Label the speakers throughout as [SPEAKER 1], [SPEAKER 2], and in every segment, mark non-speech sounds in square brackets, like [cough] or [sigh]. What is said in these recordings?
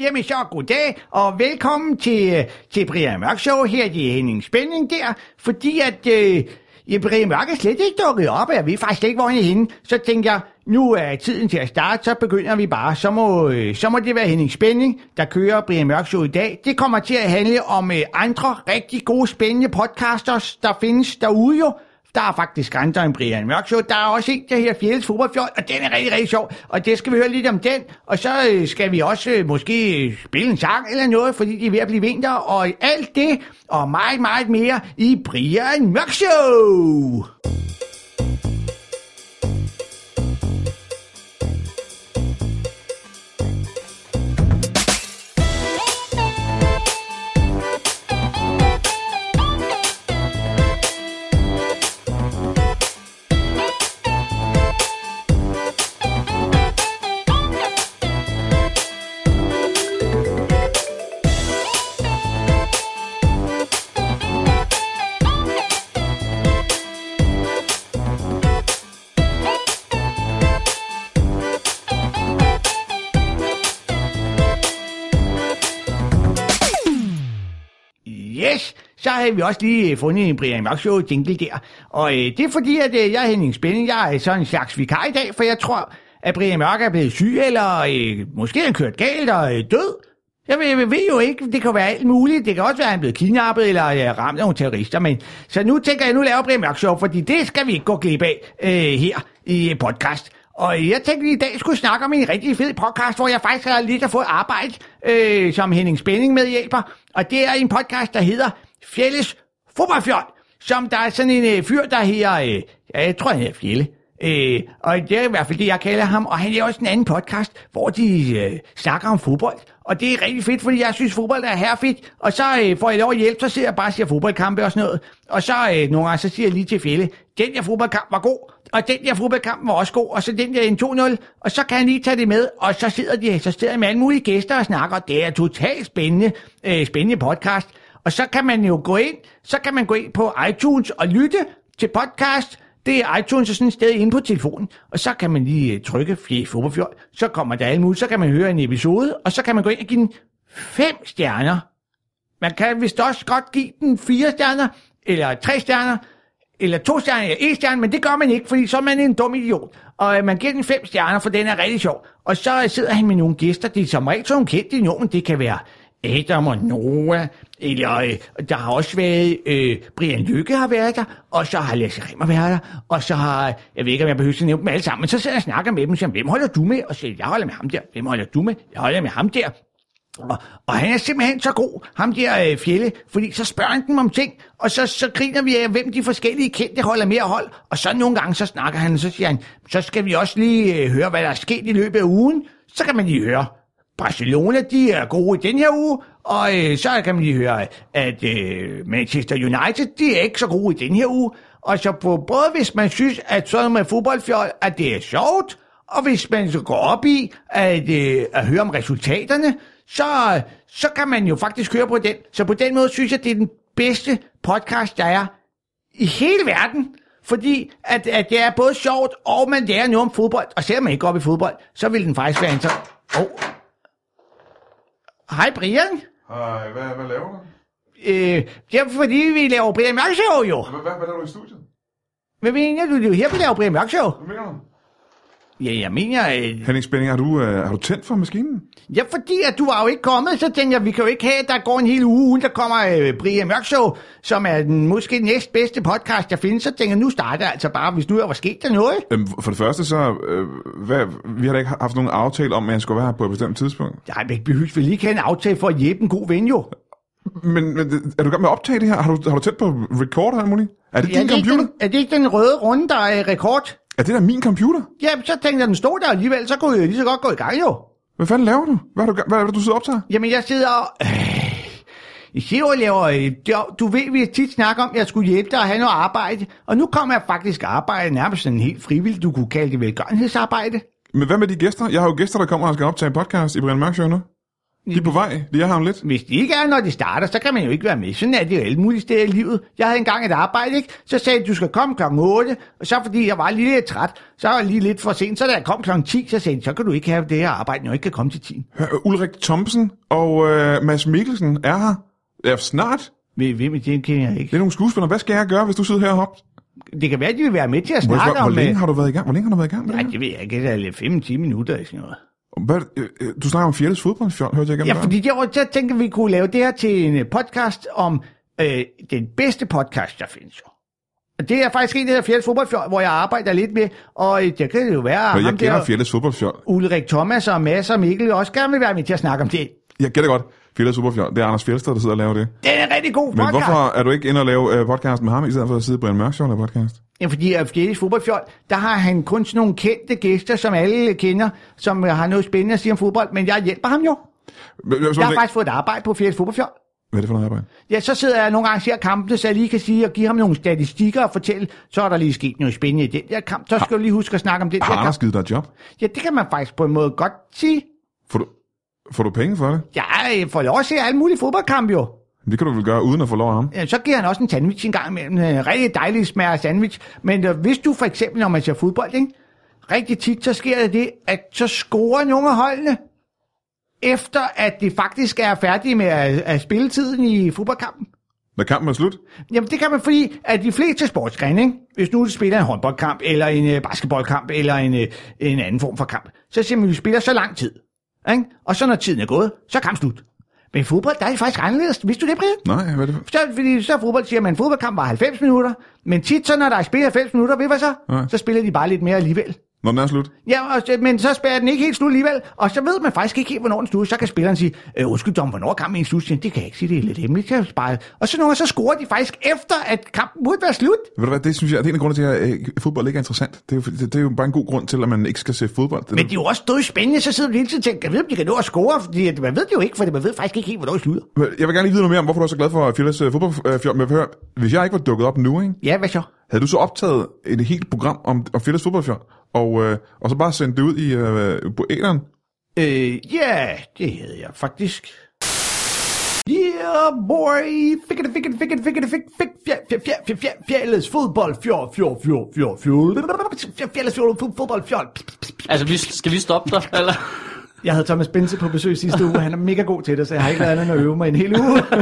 [SPEAKER 1] Jamen så goddag, og velkommen til, øh, til Brian Mørk Show. Her er det Henning Spænding der, fordi at øh, ja, Brian Mørk er slet ikke dukket op, og jeg ved faktisk slet ikke, hvor han er henne. Så tænkte jeg, nu er tiden til at starte, så begynder vi bare. Så må, øh, så må det være Henning Spænding, der kører Brian Mørk Show i dag. Det kommer til at handle om øh, andre rigtig gode, spændende podcasters, der findes derude jo. Der er faktisk andre end Brian Mørk Show. Der er også en, der hedder Fjelles Fodboldfjold, og den er rigtig, rigtig sjov. Og det skal vi høre lidt om den. Og så øh, skal vi også øh, måske øh, spille en sang eller noget, fordi det er ved at blive vinter. Og alt det og meget, meget mere i Brian Mørk Show. Yes! Så havde vi også lige øh, fundet en Brian Mørk Show jingle der. Og øh, det er fordi, at øh, jeg er Henning Spænding. Jeg er sådan en slags vikar i dag, for jeg tror, at Brian Mørk er blevet syg, eller øh, måske er han kørt galt og øh, død. Jeg ved, jeg ved jo ikke, det kan være alt muligt. Det kan også være, at han er blevet kidnappet eller øh, ramt af nogle terrorister. Men, så nu tænker jeg, nu laver Brian Mørk Show, fordi det skal vi ikke gå glip af øh, her i øh, podcast. Og øh, jeg tænkte, vi i dag skulle snakke om en rigtig fed podcast, hvor jeg faktisk har lidt har fået arbejde øh, som Henning Spænding medhjælper. Og det er en podcast, der hedder Fjelles Fodboldfjold, som der er sådan en øh, fyr, der hedder, øh, ja, jeg tror, han hedder Fjelle. Øh, og det er i hvert fald det, jeg kalder ham. Og han laver også en anden podcast, hvor de øh, snakker om fodbold. Og det er rigtig fedt, fordi jeg synes, fodbold er her fedt. Og så øh, får jeg lov at hjælpe, så sidder jeg bare og siger fodboldkampe og sådan noget. Og så øh, nogle gange, så siger jeg lige til Fjelle, den der fodboldkamp var god, og den der fodboldkamp var også god, og så den der en 2-0, og så kan han lige tage det med, og så sidder de, så sidder jeg med alle mulige gæster og snakker, og det er totalt spændende, øh, spændende podcast. Og så kan man jo gå ind, så kan man gå ind på iTunes og lytte til podcast, det er iTunes og sådan et sted inde på telefonen, og så kan man lige øh, trykke Fjæs Fodboldfjold, så kommer der alle mulige, så kan man høre en episode, og så kan man gå ind og give den fem stjerner. Man kan vist også godt give den fire stjerner, eller tre stjerner, eller to stjerner, eller en stjerne, men det gør man ikke, fordi så er man en dum idiot. Og øh, man giver den fem stjerner, for den er rigtig sjov. Og så øh, sidder han med nogle gæster, de er som regel sådan nogle kendte i nogen, det kan være Adam og Noah, eller øh, der har også været, øh, Brian Lykke har været der, og så har Lasse Rimmer været der, og så har, jeg ved ikke om jeg behøver at nævne dem alle sammen, men så sidder jeg og snakker med dem, og siger, hvem holder du med? Og så siger, jeg, jeg holder med ham der, hvem holder du med? Jeg holder med ham der. Og, og han er simpelthen så god, ham der øh, Fjelle, fordi så spørger han dem om ting, og så, så griner vi af, hvem de forskellige kendte holder mere hold, og så nogle gange, så snakker han, og så siger han, så skal vi også lige øh, høre, hvad der er sket i løbet af ugen, så kan man lige høre. Barcelona, de er gode i den her uge, og øh, så kan man lige høre, at øh, Manchester United, de er ikke så gode i den her uge, og så på, både hvis man synes, at sådan noget med fodboldfjold, at det er sjovt, og hvis man så går op i at, øh, at høre om resultaterne, så, øh, så kan man jo faktisk høre på den. Så på den måde synes jeg, det er den bedste podcast, der er i hele verden. Fordi at, at det er både sjovt, og man lærer noget om fodbold. Og selvom man ikke går op i fodbold, så vil den faktisk være en så... Oh. Hej Brian.
[SPEAKER 2] Hej, hvad, hvad laver du?
[SPEAKER 1] Øh, det er fordi, vi laver Brian Mørk Show jo.
[SPEAKER 2] Hvad, hvad, hvad laver du i studiet?
[SPEAKER 1] Hvad mener du? Det er jo her, vi laver Brian Mørk Show.
[SPEAKER 2] Hvad mener du?
[SPEAKER 1] Ja, jeg mener... Øh,
[SPEAKER 2] Henning Spænding, har du, øh, har du tændt for maskinen?
[SPEAKER 1] ja, fordi at du var jo ikke kommet, så tænker jeg, vi kan jo ikke have, at der går en hel uge, uden der kommer øh, Brian Mørk Show, som er den måske næstbedste podcast, der findes. Så tænker jeg, nu starter jeg altså bare, hvis nu der var sket der noget.
[SPEAKER 2] Øhm, for det første så, øh, hvad, vi har da ikke haft nogen aftale om, at jeg skulle være her på et bestemt tidspunkt.
[SPEAKER 1] Nej, men behøves vi lige kan en aftale for at hjælpe en god ven jo.
[SPEAKER 2] Men, men det- er du i gang med at optage det her? Har du, har du tændt på record eller alt muligt? Er det
[SPEAKER 1] Er
[SPEAKER 2] din
[SPEAKER 1] det, ikke
[SPEAKER 2] computer?
[SPEAKER 1] den, er det ikke den røde runde, der er øh, rekord?
[SPEAKER 2] Er det der min computer?
[SPEAKER 1] Ja, så tænkte jeg, den stod der alligevel, så kunne jeg jo lige så godt gå i gang jo.
[SPEAKER 2] Hvad fanden laver du? Hvad er, du, hvad er det, du sidder og optager?
[SPEAKER 1] Jamen, jeg sidder og... Øh, jeg sidder og laver... Øh, jo, du ved, vi tit snakker om, at jeg skulle hjælpe dig og have noget arbejde. Og nu kommer jeg faktisk at arbejde nærmest sådan helt frivilligt. Du kunne kalde det velgørenhedsarbejde.
[SPEAKER 2] Men hvad med de gæster? Jeg har jo gæster, der kommer og skal optage en podcast i Brian Mørk Show nu. De er på vej. De er her om lidt.
[SPEAKER 1] Hvis de ikke er, når de starter, så kan man jo ikke være med. Sådan er det jo alle mulige steder i livet. Jeg havde engang et arbejde, ikke? Så sagde de, du skal komme klokken 8, og så fordi jeg var lige lidt træt, så var jeg lige lidt for sent. Så da jeg kom klokken 10, så sagde de, så kan du ikke have det her arbejde, når jeg ikke kan komme til 10.
[SPEAKER 2] Hør, Ulrik Thomsen og øh, Mads Mikkelsen er her. Ja, snart.
[SPEAKER 1] Ved- Hvem i det kender jeg
[SPEAKER 2] Det
[SPEAKER 1] ikke.
[SPEAKER 2] er nogle skuespillere. Hvad skal jeg gøre, hvis du sidder her og hopper?
[SPEAKER 1] Det kan være, at de vil være med til at
[SPEAKER 2] Må jeg
[SPEAKER 1] snakke
[SPEAKER 2] spørge,
[SPEAKER 1] om...
[SPEAKER 2] Hvor længe
[SPEAKER 1] øh,
[SPEAKER 2] har du været i gang? Hvor længe har du været i gang med
[SPEAKER 1] Nej,
[SPEAKER 2] det
[SPEAKER 1] det ved jeg ikke. Det er 5-10 minutter eller sådan noget.
[SPEAKER 2] her? Hvad, øh, øh, du snakker om Fjeldes fodboldfjold, hørte jeg igennem
[SPEAKER 1] Ja,
[SPEAKER 2] døren.
[SPEAKER 1] fordi derovre, så tænkte vi, at vi kunne lave det her til en øh, podcast om øh, den bedste podcast, der findes jo. Og det er faktisk en, der hedder Fjells Fodboldfjord, hvor jeg arbejder lidt med, og øh, det kan jo være,
[SPEAKER 2] Nå, Jeg
[SPEAKER 1] at ham
[SPEAKER 2] kender
[SPEAKER 1] der,
[SPEAKER 2] Fjeldes fodboldfjold.
[SPEAKER 1] Ulrik Thomas og Mads og Mikkel også gerne vil være med til at snakke om det.
[SPEAKER 2] Jeg gætter godt. Fjeldes fodboldfjold. Det er Anders Fjeldsted, der sidder og laver det.
[SPEAKER 1] Det er en rigtig god
[SPEAKER 2] Men
[SPEAKER 1] podcast.
[SPEAKER 2] hvorfor er du ikke inde og lave øh, podcast med ham, i stedet for at sidde på en mørk og lave podcast?
[SPEAKER 1] Ja, fordi at Fjells Fodboldfjold, der har han kun sådan nogle kendte gæster, som alle kender, som øh, har noget spændende at sige om fodbold, men jeg hjælper ham jo.
[SPEAKER 2] Hvad, hvad,
[SPEAKER 1] Jeg har
[SPEAKER 2] hvad,
[SPEAKER 1] faktisk fået et arbejde på Fjells Fodboldfjold.
[SPEAKER 2] hvad er det for noget arbejde?
[SPEAKER 1] Ja, så sidder jeg nogle gange og ser kampene, så jeg lige kan sige og give ham nogle statistikker og fortælle, så er der lige sket noget spændende i den der kamp. Så skal du lige huske at snakke om den
[SPEAKER 2] Har
[SPEAKER 1] der kamp.
[SPEAKER 2] Anders givet dig et job?
[SPEAKER 1] Ja, det kan man faktisk på en måde godt sige.
[SPEAKER 2] Får du, får du penge for det?
[SPEAKER 1] Jeg øh, får lov at se alle mulige fodboldkampe jo.
[SPEAKER 2] Det kan du vel gøre uden at få lov af ham.
[SPEAKER 1] Ja, Så giver han også en sandwich en gang imellem. En rigtig dejlig smag af sandwich. Men øh, hvis du for eksempel, når man ser fodbold, ikke? rigtig tit, så sker der det, at så scorer nogle af holdene, efter at de faktisk er færdige med at, at spille tiden i fodboldkampen.
[SPEAKER 2] Når kampen er slut?
[SPEAKER 1] Jamen det kan man, fordi at de fleste sportsgrene, ikke? hvis nu du spiller en håndboldkamp, eller en øh, basketballkamp, eller en, øh, en anden form for kamp, så siger man, at vi spiller så lang tid. Ikke? Og så når tiden er gået, så er kampen slut. Men i fodbold, der er det faktisk anderledes. Vidste du det, Brian?
[SPEAKER 2] Nej, hvad er det for?
[SPEAKER 1] Så, fordi så er fodbold siger man, at en fodboldkamp var 90 minutter, men tit så, når der er spillet 90 minutter, ved du hvad så?
[SPEAKER 2] Nej.
[SPEAKER 1] Så spiller de bare lidt mere alligevel.
[SPEAKER 2] Når den er slut?
[SPEAKER 1] Ja, og, så- men så spærer den ikke helt slut alligevel, og så ved man faktisk ikke helt, hvornår den slutter. Så kan spilleren sige, øh, undskyld Tom, hvornår er kampen egentlig slut? Siger han, Det kan jeg ikke sige, det er lidt hemmeligt, det er bare. Og så nogle gange, så scorer de faktisk efter, at kampen burde være slut.
[SPEAKER 2] Ved du hvad, det synes jeg, det er en af grundene til, at øh, fodbold ikke er interessant. Det er, jo, fordi- det, det er jo bare en god grund til, at man ikke skal se fodbold. Det,
[SPEAKER 1] Men det er jo også død spændende, så sidder du hele tiden og tænker, jeg ved, om de kan nå at score, fordi at man ved det jo ikke, for man ved faktisk ikke helt, hvornår det slutter.
[SPEAKER 2] Jeg vil gerne lige vide noget mere om, hvorfor du er så glad for øh, Fjellas fodboldfjold. Men hør, hvis jeg ikke var dukket op nu, ikke,
[SPEAKER 1] Ja, hvad så?
[SPEAKER 2] havde du så optaget et helt program om, om Fjellas fodboldfjold, og, øh, og så bare sendt det ud i øh, på æderen?
[SPEAKER 1] Øh, ja, det hedder jeg faktisk. Yeah, boy! Fikkete, fikkete, fikkete, fikkete, fik, fik, fjer, fjer, fjer, fjer, fjer, fjerles fodbold, fjor, fjor, fjor, fjor, fjor, fjerles fodbold, fodbold, fjol.
[SPEAKER 3] Altså, vi, skal vi stoppe dig, eller?
[SPEAKER 1] Jeg havde Thomas Bense på besøg sidste uge, han er mega god til det, så jeg har ikke lavet andet end at øve mig en hel uge. [laughs]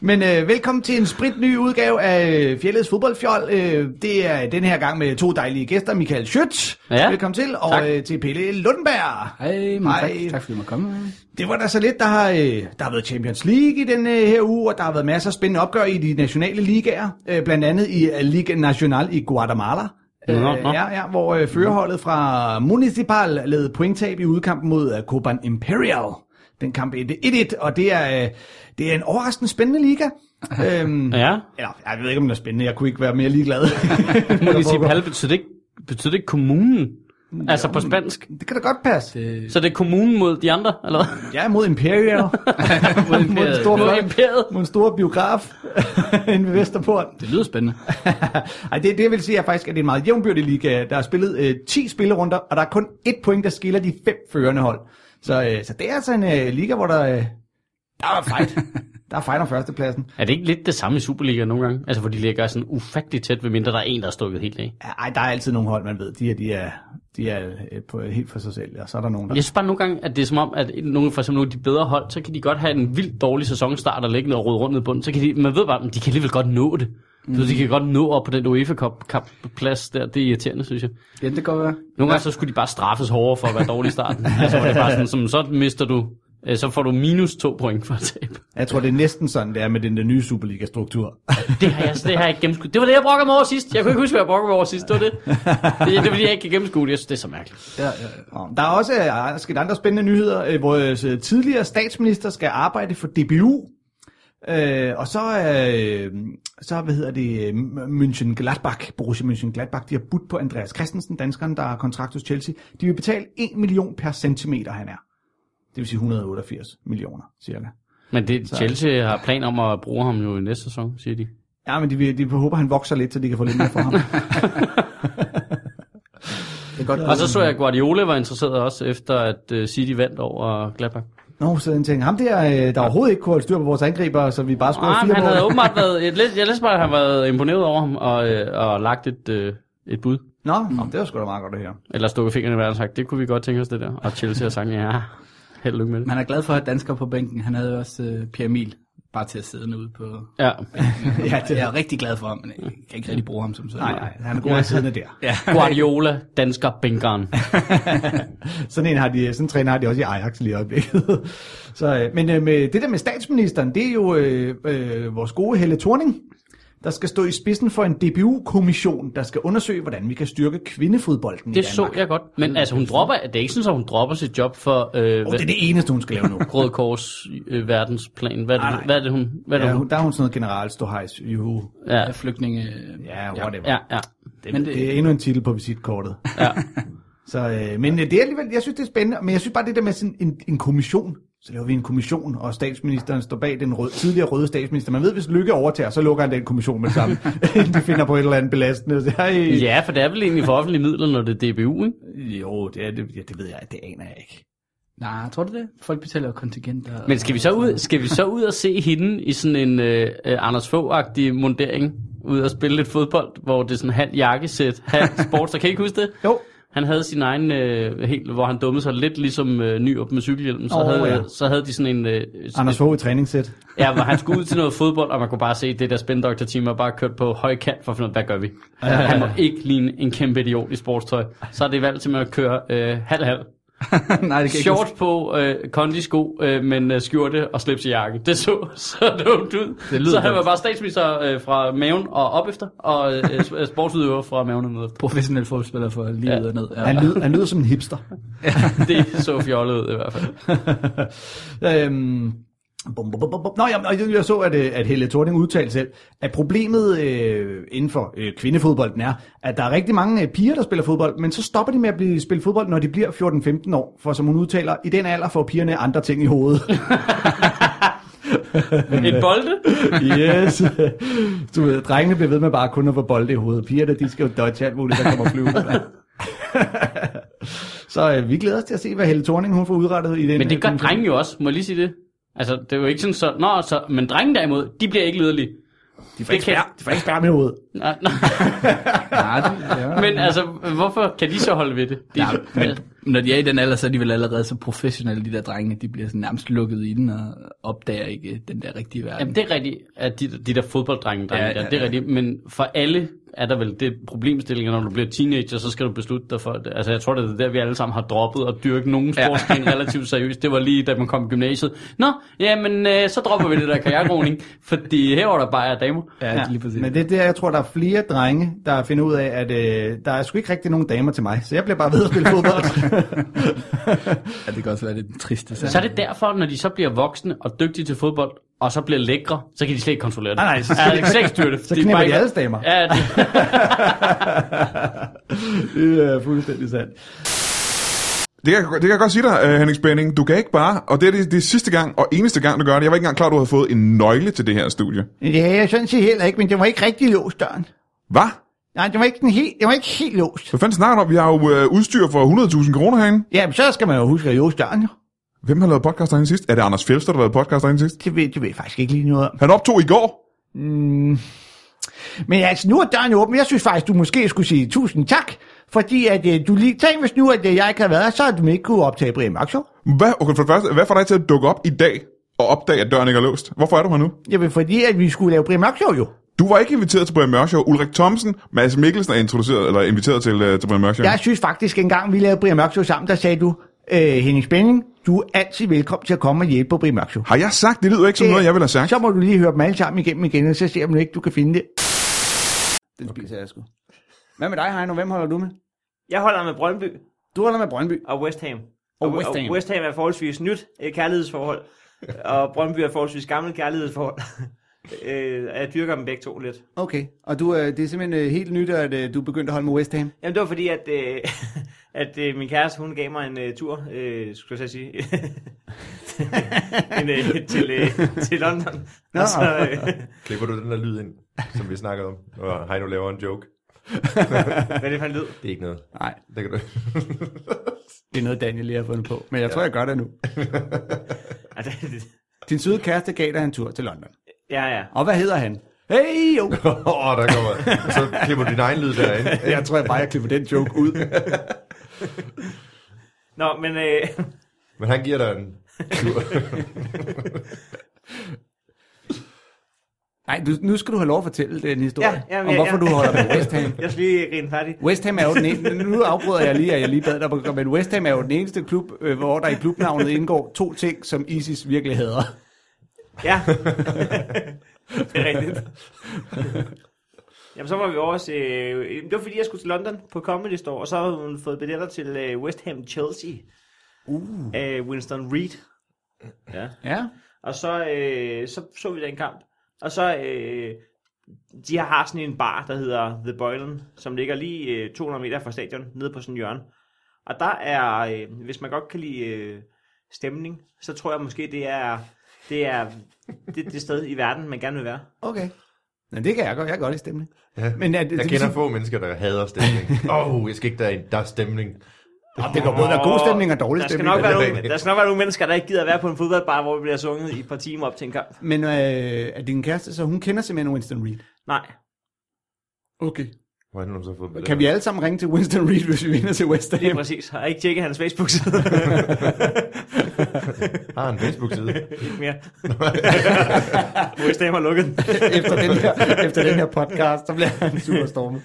[SPEAKER 1] Men øh, velkommen til en spritny udgave af Fjellets fodboldfjol. Øh, det er den her gang med to dejlige gæster, Michael Schütz,
[SPEAKER 3] Ja.
[SPEAKER 1] velkommen til,
[SPEAKER 3] Tak.
[SPEAKER 1] og øh, til Pelle Lundberg.
[SPEAKER 3] Hej,
[SPEAKER 1] Hej.
[SPEAKER 3] Hej. Tak, tak fordi du måtte
[SPEAKER 1] [laughs]
[SPEAKER 3] komme.
[SPEAKER 1] Det var da så lidt, der har, øh, der har været Champions League i den øh, her uge, og der har været masser af spændende opgør i de nationale ligaer, øh, blandt andet i uh, Liga Nacional i Guatemala. Øh,
[SPEAKER 3] Nå, nå.
[SPEAKER 1] ja, ja, hvor øh, førerholdet fra Municipal led pointtab i udkampen mod øh, Copan Imperial. Den kamp endte 1-1, og det er, øh, det er en overraskende spændende liga.
[SPEAKER 3] [laughs]
[SPEAKER 1] øhm,
[SPEAKER 3] Ja.
[SPEAKER 1] eller, jeg ved ikke, om den er spændende. Jeg kunne ikke være mere ligeglad.
[SPEAKER 3] [laughs] Municipal betyder det ikke, betyder det ikke kommunen? Altså på spansk.
[SPEAKER 1] det kan da godt passe.
[SPEAKER 4] Det,
[SPEAKER 3] Så det er kommunen mod de andre, eller hvad?
[SPEAKER 1] Jeg er mod Imperial,
[SPEAKER 3] [laughs]
[SPEAKER 1] mod en stor
[SPEAKER 3] Mod
[SPEAKER 1] fløj.
[SPEAKER 3] imperiet.
[SPEAKER 1] mod en stor biograf [laughs] inde ved Vesterport.
[SPEAKER 4] det lyder spændende.
[SPEAKER 1] Ej, det, det vil sige at faktisk, at det er en meget jævnbyrdig liga. Der er spillet øh, 10 spillerunder, og der er kun ét point, der skiller de fem førende hold. Så, øh, så det er altså en øh, liga, hvor der, øh, der er fight. der er fight om førstepladsen.
[SPEAKER 3] Er det ikke lidt det samme i Superliga nogle gange? Altså, hvor de ligger sådan ufattelig tæt, ved mindre der er en, der er stukket helt af.
[SPEAKER 1] Ej, der er altid nogle hold, man ved. De er, de er, de er øh, på, helt for sig selv, og så er der nogen, der...
[SPEAKER 3] Jeg synes bare nogle gange, at det er som om, at nogle, for eksempel nogle af de bedre hold, så kan de godt have en vildt dårlig sæsonstart og ligge ned og rode rundt ned i bunden. Så kan de, man ved bare, at de kan alligevel godt nå det. Mm. Så de kan godt nå op på den UEFA Cup kamp plads der. Det er irriterende, synes jeg.
[SPEAKER 4] Ja, det kan godt være.
[SPEAKER 3] Nogle gange så skulle de bare straffes hårdere for at være dårlig i starten. [laughs] altså, hvor det er bare sådan, som, så mister du, øh, så får du minus to point for at tabe.
[SPEAKER 1] Jeg tror, det er næsten sådan, det er med den der nye Superliga-struktur.
[SPEAKER 3] Det har jeg, det har jeg ikke gennemskuet. Det var det, jeg brokkede mig over sidst. Jeg kunne ikke huske, hvad jeg brokkede mig over sidst. Det var det. Det, det er fordi, jeg ikke kan gennemskue det. Jeg synes, det er så mærkeligt.
[SPEAKER 4] Ja, ja, ja.
[SPEAKER 1] Nå, Der er også øh, der er sket andre spændende nyheder. øh, Vores øh, tidligere statsminister skal arbejde for DBU. Øh, og så, øh, så, hvad hedder det, øh, München Gladbach, Borussia München Gladbach, de har budt på Andreas Christensen, danskeren, der har kontrakt hos Chelsea. De vil betale 1 million per centimeter, han er. Det vil sige 188 millioner, cirka.
[SPEAKER 3] Men det, Chelsea har plan om at bruge ham jo i næste sæson, siger de.
[SPEAKER 1] Ja, men de, vil- de håber, han vokser lidt, så de kan få lidt mere for
[SPEAKER 3] [laughs]
[SPEAKER 1] ham.
[SPEAKER 4] Det er godt.
[SPEAKER 3] Og så så jeg, at Guardiola var interesseret også, efter at øh, City vandt over Gladbach.
[SPEAKER 1] Nå, så den tænker, ham der, øh, der overhovedet ikke kunne holde styr på vores angriber, så vi bare skulle
[SPEAKER 3] Ah,
[SPEAKER 1] have
[SPEAKER 3] men han
[SPEAKER 1] fire mål.
[SPEAKER 3] havde åbenbart
[SPEAKER 1] [laughs]
[SPEAKER 3] været, et, lidt- jeg læste bare, at han havde imponeret over ham og, øh, og lagt et, øh, et bud.
[SPEAKER 1] Nå, mm. det var sgu da meget godt det her.
[SPEAKER 3] Eller stukket fingrene i verden og sagt, det kunne vi godt tænke os det der. Og Chelsea har sagt, ja, held og lykke med det.
[SPEAKER 4] Man er glad for at have danskere på bænken. Han havde jo også øh, Pierre Emil bare til at sidde ude på.
[SPEAKER 1] [laughs]
[SPEAKER 3] Ja,
[SPEAKER 4] ja, det er jeg er rigtig glad for ham, men jeg kan ikke rigtig bruge ham som sådan.
[SPEAKER 1] Nej, nej, han er god af siderne der.
[SPEAKER 4] Ja.
[SPEAKER 3] Guardiola, dansker,
[SPEAKER 1] [laughs]
[SPEAKER 3] bænkeren.
[SPEAKER 1] Sådan en har de, sådan en træner har de også i Ajax lige i øjeblikket. [laughs] så, øh, men øh, med, det der med statsministeren, det er jo øh, øh, vores gode Helle Thorning, der skal stå i spidsen for en DBU-kommission, der skal undersøge, hvordan vi kan styrke kvindefodbolden i
[SPEAKER 3] Det
[SPEAKER 1] Danmark.
[SPEAKER 3] så jeg godt. Men altså, hun dropper, det er ikke sådan, at hun dropper sit job for øh,
[SPEAKER 1] Oh, det er det eneste, hun skal lave nu.
[SPEAKER 3] Røde Kors øh, verdensplan. Hvad er,
[SPEAKER 1] Nej,
[SPEAKER 3] det,
[SPEAKER 1] nej.
[SPEAKER 3] hvad er det, hun... Hvad er det,
[SPEAKER 1] ja,
[SPEAKER 3] hun?
[SPEAKER 1] hun- der er hun sådan noget generalstohajs. Juhu.
[SPEAKER 3] Ja,
[SPEAKER 4] Ja, flygtninge.
[SPEAKER 1] Ja, whatever.
[SPEAKER 3] ja, ja.
[SPEAKER 4] Men
[SPEAKER 1] Det, men
[SPEAKER 4] det-
[SPEAKER 1] det, det er endnu en titel på visitkortet.
[SPEAKER 3] Ja.
[SPEAKER 1] så, øh, men øh, det er alligevel, jeg synes, det er spændende. Men jeg synes bare, det der med sådan en, en kommission, så laver vi en kommission, og statsministeren står bag den rød, tidligere røde statsminister. Man ved, hvis Lykke overtager, så lukker han den kommission med det
[SPEAKER 3] [laughs]
[SPEAKER 1] samme. [laughs] de finder på et eller andet belastende. Så, øh,
[SPEAKER 3] ja, for det er vel egentlig for offentlige midler, når det er DBU, ikke?
[SPEAKER 1] Jo, det, er, det, ja, det ved jeg, det aner jeg ikke.
[SPEAKER 4] Nej, tror du det? Folk betaler jo kontingenter. [laughs]
[SPEAKER 3] Men skal vi så ud, skal vi så ud og se hende i sådan en øh, øh, Anders Fogh-agtig mundering? Ud og spille lidt fodbold, hvor det er sådan halv jakkesæt, halv sports. kan I ikke huske det?
[SPEAKER 1] Jo,
[SPEAKER 3] Han havde sin egen, øh, helt, hvor han dummede sig lidt ligesom øh, ny op med cykelhjelmen. Så,
[SPEAKER 1] Åh,
[SPEAKER 3] oh, havde,
[SPEAKER 1] ja.
[SPEAKER 3] ja. så havde de sådan en... Øh, sådan
[SPEAKER 1] Anders Fogh i træningssæt.
[SPEAKER 3] Ja, hvor han skulle ud til noget fodbold, og man kunne bare se, at det der spændoktorteam er bare kørt på høj kant for at finde ud af, hvad gør vi? Han må ikke ligne en kæmpe idiot i sportstøj. Så er det valgt til at køre øh, halv-halv.
[SPEAKER 4] Nej, det kan jeg
[SPEAKER 3] Shorts på, øh, kondisko, øh, men øh, skjorte og slips i jakke. Det så [laughs] så dumt ud.
[SPEAKER 4] Det lyder
[SPEAKER 3] så han var
[SPEAKER 4] dumt.
[SPEAKER 3] bare statsminister øh, fra maven og op efter, og øh,
[SPEAKER 4] [laughs]
[SPEAKER 3] øh, sportsudøver fra maven og ned efter.
[SPEAKER 4] ikke. Professionel fodboldspiller for lige
[SPEAKER 3] Ja.
[SPEAKER 4] ud og ned. Ja.
[SPEAKER 1] Han lyder, han lyder som en hipster. [laughs]
[SPEAKER 3] Det så fjollet ud i hvert fald.
[SPEAKER 1] øhm, bum, bum, bum, bum. Nå, jamen, og jeg, jeg så, at, øh, at Helle Thorning udtalte selv, at problemet øh, inden for øh, kvindefodbolden er, at der er rigtig mange øh, piger, der spiller fodbold, men så stopper de med at blive, spille fodbold, når de bliver 14-15 år. For som hun udtaler, i den alder får pigerne andre ting i
[SPEAKER 3] [laughs]
[SPEAKER 1] hovedet.
[SPEAKER 4] øh,
[SPEAKER 3] Et bolde?
[SPEAKER 1] yes. Du ved, drengene bliver ved med bare kun at få bolde i hovedet. Pigerne, de skal jo dodge alt muligt, der kommer flyvende.
[SPEAKER 3] [laughs]
[SPEAKER 1] så øh, vi glæder os til at se, hvad Helle Thorning hun får udrettet i den
[SPEAKER 3] Men det
[SPEAKER 1] øh,
[SPEAKER 3] gør
[SPEAKER 1] kommission.
[SPEAKER 3] drenge jo også, må jeg lige sige det. Altså, det er jo ikke sådan så... Nå, så men drenge derimod, de bliver ikke lederlige.
[SPEAKER 1] De får
[SPEAKER 3] det
[SPEAKER 1] ikke
[SPEAKER 3] kan-
[SPEAKER 1] spærre- de får ikke spærre med hovedet.
[SPEAKER 3] Nej, nej.
[SPEAKER 4] Nej, det, ja.
[SPEAKER 3] [laughs] Men altså, hvorfor kan de så holde ved det? det er,
[SPEAKER 4] Ja, men når de er i den alder, så er de vel allerede så professionelle, de der drenge. De bliver sådan nærmest lukket i den og opdager ikke den der rigtige verden.
[SPEAKER 3] jamen, det er rigtigt, at de, de der fodbolddrenge, drenge,
[SPEAKER 4] Ja,
[SPEAKER 3] ja, ja,
[SPEAKER 4] ja,
[SPEAKER 3] ja. det er
[SPEAKER 4] ja.
[SPEAKER 3] rigtigt. Men for alle er der vel det problemstilling, at når du bliver teenager, så skal du beslutte dig for det. Altså, jeg tror, det er der, vi alle sammen har droppet at dyrke nogen sportsgren relativt seriøst. Det var lige, da man kom i gymnasiet. Nå, jamen, øh, så dropper vi det der kajakroning, fordi her var der bare er damer.
[SPEAKER 4] ja, lige præcis.
[SPEAKER 1] Men det er der, jeg tror, der er flere drenge, der finder ud af, at øh, der er sgu ikke rigtig nogen damer til mig, så jeg bliver bare ved at spille fodbold.
[SPEAKER 4] ja, det kan også være lidt trist. Det
[SPEAKER 3] Så er det derfor, når de så bliver voksne og dygtige til fodbold, og så bliver lækre, så kan de slet ikke kontrollere det.
[SPEAKER 1] Nej, nej, så-
[SPEAKER 3] ja, de kan slet ikke styre det.
[SPEAKER 1] Så
[SPEAKER 3] er
[SPEAKER 1] knæpper
[SPEAKER 3] bare
[SPEAKER 1] de
[SPEAKER 3] ikke-
[SPEAKER 1] alle damer.
[SPEAKER 3] Ja, det,
[SPEAKER 1] [laughs] det er fuldstændig sandt.
[SPEAKER 2] Det kan, jeg godt- det kan jeg godt sige dig, øh, Henrik Spænding. Du kan ikke bare, og det er det, det er sidste gang og eneste gang, du gør det. Jeg var ikke engang klar, at du havde fået en nøgle til det her studie.
[SPEAKER 1] Ja, jeg sådan set heller ikke, men det var ikke rigtig låst døren.
[SPEAKER 2] Hvad?
[SPEAKER 1] Nej, det var ikke, den helt, det var ikke helt låst.
[SPEAKER 2] Hvad fanden snakker du om? Vi har jo øh, udstyr for 100.000 kroner herinde.
[SPEAKER 1] Jamen, så skal man jo huske at låse døren, jo.
[SPEAKER 2] Hvem har lavet podcast derinde sidst? Er det Anders Fjelster, der lavede podcast derinde sidst?
[SPEAKER 1] Det ved, det ved jeg faktisk ikke lige noget om.
[SPEAKER 2] Han optog i går.
[SPEAKER 1] Mm. Men altså, nu er døren jo åben. Jeg synes faktisk, du måske skulle sige tusind tak, fordi at øh, du lige... Tænk, hvis nu, at øh, jeg ikke havde været her, så havde du ikke kunne optage Brian Mørk Show.
[SPEAKER 2] Hvad, okay, for det første, hvad får dig til at dukke op i dag og opdage, at døren ikke er låst? Hvorfor er du her nu?
[SPEAKER 1] Jamen, fordi at vi skulle lave Brian Mørk Show, jo.
[SPEAKER 2] Du var ikke inviteret til Brian Mørk Show. Ulrik Thomsen, Mads Mikkelsen er introduceret, eller inviteret til, øh, til Brian Mørk Show.
[SPEAKER 1] Jeg synes faktisk, engang vi lavede Brian Mørk Show sammen, der sagde du, øh, Henning Spænding, du er altid velkommen til at komme og hjælpe på Brian Mørk Show.
[SPEAKER 2] Har jeg sagt? Det lyder ikke som noget, jeg ville have sagt.
[SPEAKER 1] Så må du lige høre dem alle sammen igennem igen, og så ser om du ikke, du kan finde det. Den spiser jeg sgu. Hvad med dig, Heino? Hvem holder du med?
[SPEAKER 5] Jeg holder med Brøndby
[SPEAKER 1] Du holder med Brøndby.
[SPEAKER 5] og West Ham.
[SPEAKER 4] Og West Ham.
[SPEAKER 5] og West Ham er forholdsvis nyt øh,
[SPEAKER 4] [laughs]
[SPEAKER 5] kærlighedsforhold, og Brøndby er forholdsvis gammelt kærlighedsforhold. [laughs] øh, og jeg dyrker dem begge to lidt.
[SPEAKER 1] Okay, og du, øh, det er simpelthen øh, helt nyt, at øh, du begyndte at holde med West Ham.
[SPEAKER 5] Jamen det var fordi, at, øh, [laughs] at øh, min kæreste, hun gav mig en øh, tur, øh, skulle jeg så sige, [laughs] en, øh, til, øh, til London.
[SPEAKER 1] Nå.
[SPEAKER 5] Og så, øh, [laughs]
[SPEAKER 6] Klipper du den der lyd ind, som vi snakkede om, og Heino laver en joke?
[SPEAKER 5] Hvad er det for en lyd?
[SPEAKER 6] Det er ikke noget.
[SPEAKER 4] Nej,
[SPEAKER 6] Det kan du... [laughs]
[SPEAKER 4] det er noget, Daniel lige har fundet på.
[SPEAKER 1] Men jeg tror, jeg gør det nu.
[SPEAKER 5] Ah, det- det-
[SPEAKER 1] Din søde kæreste gav dig en tur til London.
[SPEAKER 5] [laughs] Ja, ja.
[SPEAKER 1] Og hvad hedder han? Hey, jo!
[SPEAKER 6] Åh, oh, der kommer... Så klipper du din egen lyd derinde.
[SPEAKER 1] Jeg tror jeg bare, jeg klipper den joke ud.
[SPEAKER 5] Nå, men øh, [laughs]
[SPEAKER 6] Men han giver dig en tur.
[SPEAKER 1] Nej, du, nu skal du have lov at fortælle den historie.
[SPEAKER 5] Ja, ja, men
[SPEAKER 1] om
[SPEAKER 5] ja,
[SPEAKER 1] hvorfor
[SPEAKER 5] ja.
[SPEAKER 1] du holder med West Ham.
[SPEAKER 5] jeg skal lige rent færdig.
[SPEAKER 1] West Ham er jo den eneste, nu afbryder jeg lige, at jeg lige bad dig, på- men West Ham er jo den eneste klub, øh, hvor der i klubnavnet indgår to ting, som ISIS virkelig hader.
[SPEAKER 5] Ja. det er rigtigt. Jamen, så var vi også... Øh, det var fordi, jeg skulle til London på Comedy Store, og så havde hun fået billetter til øh, West Ham Chelsea uh. af Winston Reed. Ja.
[SPEAKER 1] Ja,
[SPEAKER 5] Og så, øh, så så vi den kamp. Og så... Øh, de har sådan en bar, der hedder The Boylan, som ligger lige øh, 200 meter fra stadion, nede på sådan en hjørne. Og der er, øh, hvis man godt kan lide øh, stemning, så tror jeg måske, det er det, er det, det sted i verden, man gerne vil være.
[SPEAKER 1] okay. Men det kan jeg godt, jeg kan godt i stemning.
[SPEAKER 6] Ja.
[SPEAKER 1] Men er
[SPEAKER 6] Jeg
[SPEAKER 1] det, det vil
[SPEAKER 6] kender
[SPEAKER 1] sige-
[SPEAKER 6] få mennesker, der hader stemning.
[SPEAKER 1] [laughs]
[SPEAKER 6] Åh, oh, jeg skal ikke derind. Der er stemning.
[SPEAKER 1] Nå, det kan både være god stemning og dårlig
[SPEAKER 5] Der skal,
[SPEAKER 1] stemning.
[SPEAKER 5] nok
[SPEAKER 6] det
[SPEAKER 5] være
[SPEAKER 6] er
[SPEAKER 5] nogle,
[SPEAKER 6] rigtigt.
[SPEAKER 5] der skal nok være nogle mennesker, der ikke gider at være på en fodboldbar, hvor vi bliver sunget i et par timer op til en kamp.
[SPEAKER 1] Men øh, er din kæreste, så hun kender simpelthen Winston Reed.
[SPEAKER 5] Nej.
[SPEAKER 1] Okay.
[SPEAKER 6] Hvordan har du så fået billetter?
[SPEAKER 1] Kan vi alle sammen ringe til Winston Reed, hvis vi vinder til West
[SPEAKER 5] Lige
[SPEAKER 1] Ham?
[SPEAKER 5] præcis. Har jeg ikke tjekket hans Facebook-side [laughs]
[SPEAKER 6] Har en Facebook-side.
[SPEAKER 5] Ikke
[SPEAKER 1] [laughs]
[SPEAKER 5] mere. West Ham har lukket den.
[SPEAKER 1] [laughs] efter, den her, efter den her podcast, så bliver han superstormet.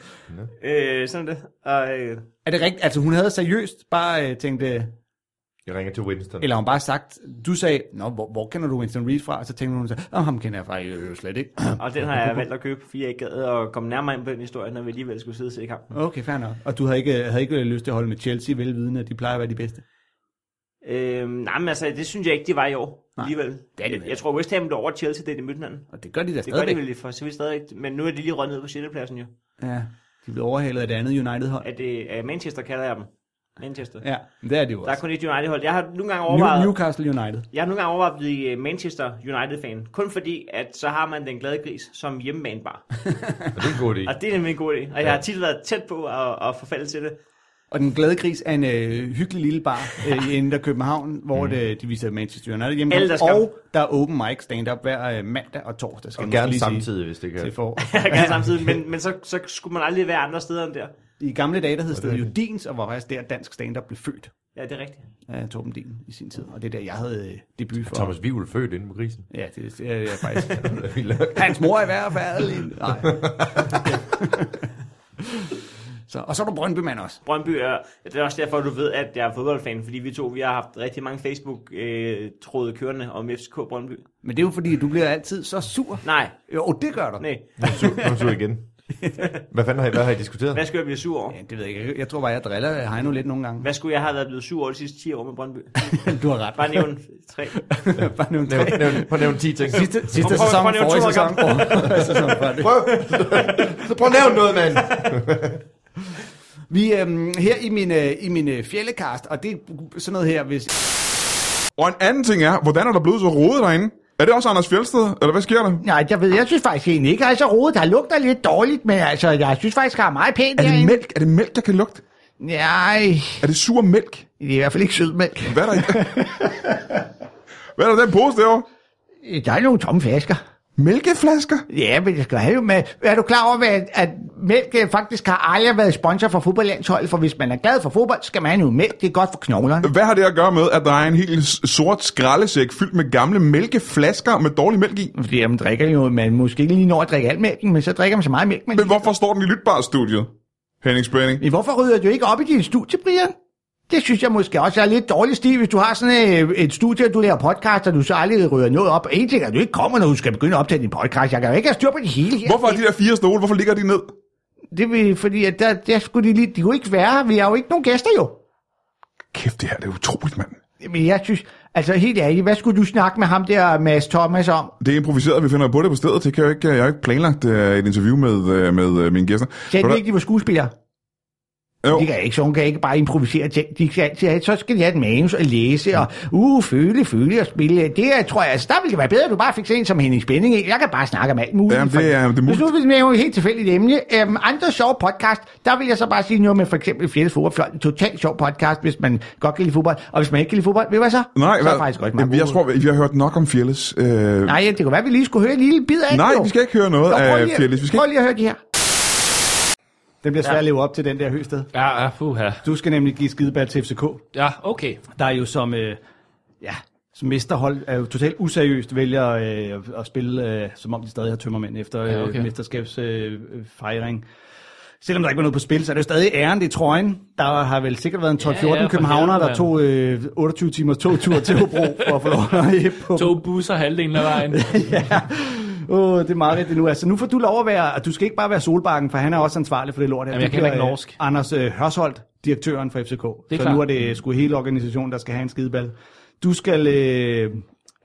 [SPEAKER 5] Øh, sådan er det. Og, øh,
[SPEAKER 1] Er det rigtigt? Altså hun havde seriøst bare øh, tænkt, øh,
[SPEAKER 6] Jeg ringer til Winston.
[SPEAKER 1] eller hun bare sagt, du sagde, Nå, hvor, hvor kender du Winston Reed fra? Og så tænkte hun, så, Nå, ham kender jeg faktisk øh, slet ikke. [clears throat]
[SPEAKER 5] og den har jeg valgt at købe, fordi jeg ikke gad at komme nærmere ind på den historie, når vi alligevel skulle sidde og se kampen.
[SPEAKER 1] Okay, fair nok. Og du havde ikke, havde ikke lyst til at holde med Chelsea, velvidende, at de plejer at være de bedste.
[SPEAKER 5] Øh, nej, men altså, det synes jeg ikke, det var i år nej, alligevel.
[SPEAKER 1] det er det
[SPEAKER 5] jeg,
[SPEAKER 1] vel.
[SPEAKER 5] jeg tror, West Ham blev over Chelsea, det er de mødte hinanden.
[SPEAKER 1] Og det gør de da
[SPEAKER 5] Det gør de
[SPEAKER 1] stadigvæk.
[SPEAKER 5] vel for så vidt stadig, men nu er de lige røget ned på 6. pladsen jo.
[SPEAKER 1] ja, de blev overhalet af det andet United-hold.
[SPEAKER 5] Er det er Manchester, kalder jeg dem. Manchester. Ja.
[SPEAKER 1] Ja, det er det jo
[SPEAKER 5] Der er
[SPEAKER 1] også.
[SPEAKER 5] kun et United-hold. Jeg har nogle gange
[SPEAKER 1] New,
[SPEAKER 5] overvejet,
[SPEAKER 1] Newcastle United.
[SPEAKER 5] Jeg har nogle gange overvejet at blive øh, Manchester United-fan. Kun fordi, at så har man den glade gris som hjemmebanebar.
[SPEAKER 6] Er det en god idé?
[SPEAKER 5] Og det er nemlig en god idé. Og jeg har tit været tæt på at, at forfalde til det.
[SPEAKER 1] Og den glade gris er en øh, hyggelig lille
[SPEAKER 5] [laughs]
[SPEAKER 1] bar øh, i Indre København, hvor mm. det, de viser Manchester United hjemme.
[SPEAKER 5] Alle, der skal-
[SPEAKER 1] Og der er open mic stand-up hver øh, mandag og torsdag. Skal
[SPEAKER 6] Og
[SPEAKER 1] man
[SPEAKER 6] gerne
[SPEAKER 1] lige sige,
[SPEAKER 6] samtidig, hvis det kan.
[SPEAKER 1] Til for.
[SPEAKER 5] Jeg kan [laughs] samtidig, men, men så, så skulle man aldrig være andre steder end der.
[SPEAKER 1] I gamle dage, der hed stedet jo Dins, og var faktisk der dansk stand-up blev født
[SPEAKER 5] Ja, det er rigtigt.
[SPEAKER 1] af Torben Dien i sin tid. Og det er der, jeg havde øh, debut for.
[SPEAKER 6] Thomas Vivl født inde på grisen.
[SPEAKER 1] Ja, det er jeg faktisk.
[SPEAKER 6] Det er vildt nok.
[SPEAKER 1] Hans mor er i hvert fald. en- Nej. så, og så er der Brøndbyman også.
[SPEAKER 5] Brøndby er, det er også derfor, du ved, at jeg er fodboldfan, fordi vi to vi har haft rigtig mange Facebook-tråde kørende om FCK Brøndby.
[SPEAKER 1] Men det er jo fordi, du bliver altid så sur.
[SPEAKER 5] Nej,
[SPEAKER 1] Jo, det gør du.
[SPEAKER 5] nej.
[SPEAKER 6] Sur- Nu er sur igen. Hvad fanden har I, hvad har I diskuteret?
[SPEAKER 5] Hvad skulle jeg blive sur over?
[SPEAKER 1] Ja, det ved jeg ikke. Jeg tror bare, jeg driller Heino lidt nogle gange.
[SPEAKER 5] Hvad skulle jeg have været blevet sur over de sidste 10 år med Brøndby?
[SPEAKER 1] Du har ret.
[SPEAKER 5] Bare nævn tre.
[SPEAKER 1] [laughs] Bare nævn
[SPEAKER 6] Nævn,
[SPEAKER 1] tre.
[SPEAKER 6] nævn, prøv at nævne 10 ting.
[SPEAKER 1] Sidste, sidste
[SPEAKER 5] Og prøv-
[SPEAKER 1] sæson,
[SPEAKER 5] prøv at nævne
[SPEAKER 1] forrige
[SPEAKER 5] 200
[SPEAKER 1] sæson. og sæsonen før det.
[SPEAKER 6] Prøv, så prøv at nævne noget, mand.
[SPEAKER 1] Vi er øhm, her i min, øh, i min øh, fjellekast, og det er sådan noget her, hvis...
[SPEAKER 2] Og en anden ting er, hvordan er der blevet så rodet derinde? Er det også Anders Fjeldsted, eller hvad sker der?
[SPEAKER 1] Nej, jeg ved, jeg synes faktisk egentlig ikke, altså rodet, der lugter lidt dårligt, men altså, jeg synes faktisk, der er meget pænt
[SPEAKER 2] Er det mælk? Er det mælk, der kan lugte?
[SPEAKER 1] Nej,
[SPEAKER 2] Er det sur mælk?
[SPEAKER 1] det er i hvert fald ikke sødmælk.
[SPEAKER 2] Hvad er der i Hvad er der i den pose derovre?
[SPEAKER 1] Der er nogle tomme flasker.
[SPEAKER 2] Mælkeflasker?
[SPEAKER 1] Ja, men jeg skal have jo med. Er du klar over, at, at mælk øh, faktisk har aldrig været sponsor for fodboldlandsholdet? For hvis man er glad for fodbold, skal man have noget mælk. Det er godt for knoglerne.
[SPEAKER 2] Hvad har det at gøre med, at der er en helt s- sort skraldesæk fyldt med gamle mælkeflasker med dårlig mælk i?
[SPEAKER 1] Fordi man drikker jo, man måske ikke lige når at drikke al mælken, men så drikker man så meget mælk. Man
[SPEAKER 2] Men hvorfor står den i lytbarstudiet? Henning Spænding.
[SPEAKER 1] Men hvorfor rydder du ikke op i din studie, Brian? Det synes jeg måske også er lidt dårlig stil, hvis du har sådan øh, et studie, og du laver podcast, og du så aldrig rydder noget op. En ting er, at du ikke kommer, når du skal begynde at optage din podcast. Jeg kan jo ikke have styr på det hele her.
[SPEAKER 2] Hvorfor er de der fire stole, hvorfor ligger de ned?
[SPEAKER 1] Det er vel fordi, at der, der skulle de, lige, de kunne ikke være her. Vi har jo ikke nogen gæster jo.
[SPEAKER 2] Kæft, det her det er utroligt, mand.
[SPEAKER 1] Men jeg synes, altså helt ærligt, hvad skulle du snakke med ham der, Mads Thomas, om?
[SPEAKER 2] Det er improviseret, vi finder på det på stedet. Det kan jeg, jo ikke, øh, jeg har jo ikke planlagt uh, et interview med, uh, med uh, mine gæster.
[SPEAKER 1] Sagde
[SPEAKER 2] Ved
[SPEAKER 1] du
[SPEAKER 2] du
[SPEAKER 1] ikke, de var skuespillere?
[SPEAKER 2] Jo.
[SPEAKER 7] De kan ikke, så hun kan ikke bare improvisere ting. De skal altid have, så skal de have et manus og læse og uh, føle, føle og spille. Det er, tror jeg, altså, der ville det være bedre, at du bare fik sådan en som Henning Spænding. ikke? Jeg kan bare snakke om alt muligt.
[SPEAKER 2] Jamen, det er- det er
[SPEAKER 7] Hvis
[SPEAKER 2] muligt.
[SPEAKER 7] nu vil nævne et helt tilfældigt emne. Øhm, andre sjove podcast, der vil jeg så bare sige noget med for eksempel Fjerde Fodboldfløjten. Totalt sjov podcast, hvis man godt kan lide fodbold. Og hvis man ikke kan lide fodbold, ved du hvad så?
[SPEAKER 2] Nej,
[SPEAKER 7] så er
[SPEAKER 2] hvad?
[SPEAKER 7] det faktisk godt.
[SPEAKER 2] Jamen, jeg tror, vi har hørt nok om Fearless. Øh, nej,
[SPEAKER 7] Nej, det kunne være, at vi lige skulle høre en lille bid af
[SPEAKER 2] nej,
[SPEAKER 7] det, jo.
[SPEAKER 2] vi skal ikke høre noget
[SPEAKER 7] Nå, prøv
[SPEAKER 2] af
[SPEAKER 7] lige-
[SPEAKER 2] Fearless. Vi skal
[SPEAKER 7] Prøv
[SPEAKER 2] ikke...
[SPEAKER 7] lige at høre det her.
[SPEAKER 1] Det bliver svært at leve op til den der høsted.
[SPEAKER 8] Ja, ja, puha.
[SPEAKER 1] Du skal nemlig give skideball til FCK,
[SPEAKER 8] Ja, okay.
[SPEAKER 1] der er jo som, øh, ja, som mesterhold er jo totalt useriøst vælger øh, at spille, øh, som om de stadig har tømmermænd efter ja, okay. øh, mesterskabsfejring. Øh, fejring. Selvom der ikke var noget på spil, så er det jo stadig æren, det er trøjen. Der har vel sikkert været en 12-14
[SPEAKER 8] Ja, ja,
[SPEAKER 1] ja,
[SPEAKER 8] for
[SPEAKER 1] ja, københavnere, der
[SPEAKER 8] helvede,
[SPEAKER 1] tog øh, 28 timers togtur til Hobro for at få lov at hæppe på.
[SPEAKER 8] To busser halvdelen af vejen.
[SPEAKER 1] Åh, det er meget rigtigt nu. Altså, nu får du lov at være, at du skal ikke bare være Solbakken, for han er også ansvarlig for det lort. her.
[SPEAKER 8] Jamen, jeg
[SPEAKER 1] Du
[SPEAKER 8] kan heller
[SPEAKER 1] bliver,
[SPEAKER 8] ikke
[SPEAKER 1] øh,
[SPEAKER 8] norsk.
[SPEAKER 1] Anders øh, Hørsholt, direktøren for FCK.
[SPEAKER 8] er
[SPEAKER 1] så
[SPEAKER 8] klart.
[SPEAKER 1] nu er det sgu hele organisationen, der skal have en skideball. Du skal øh,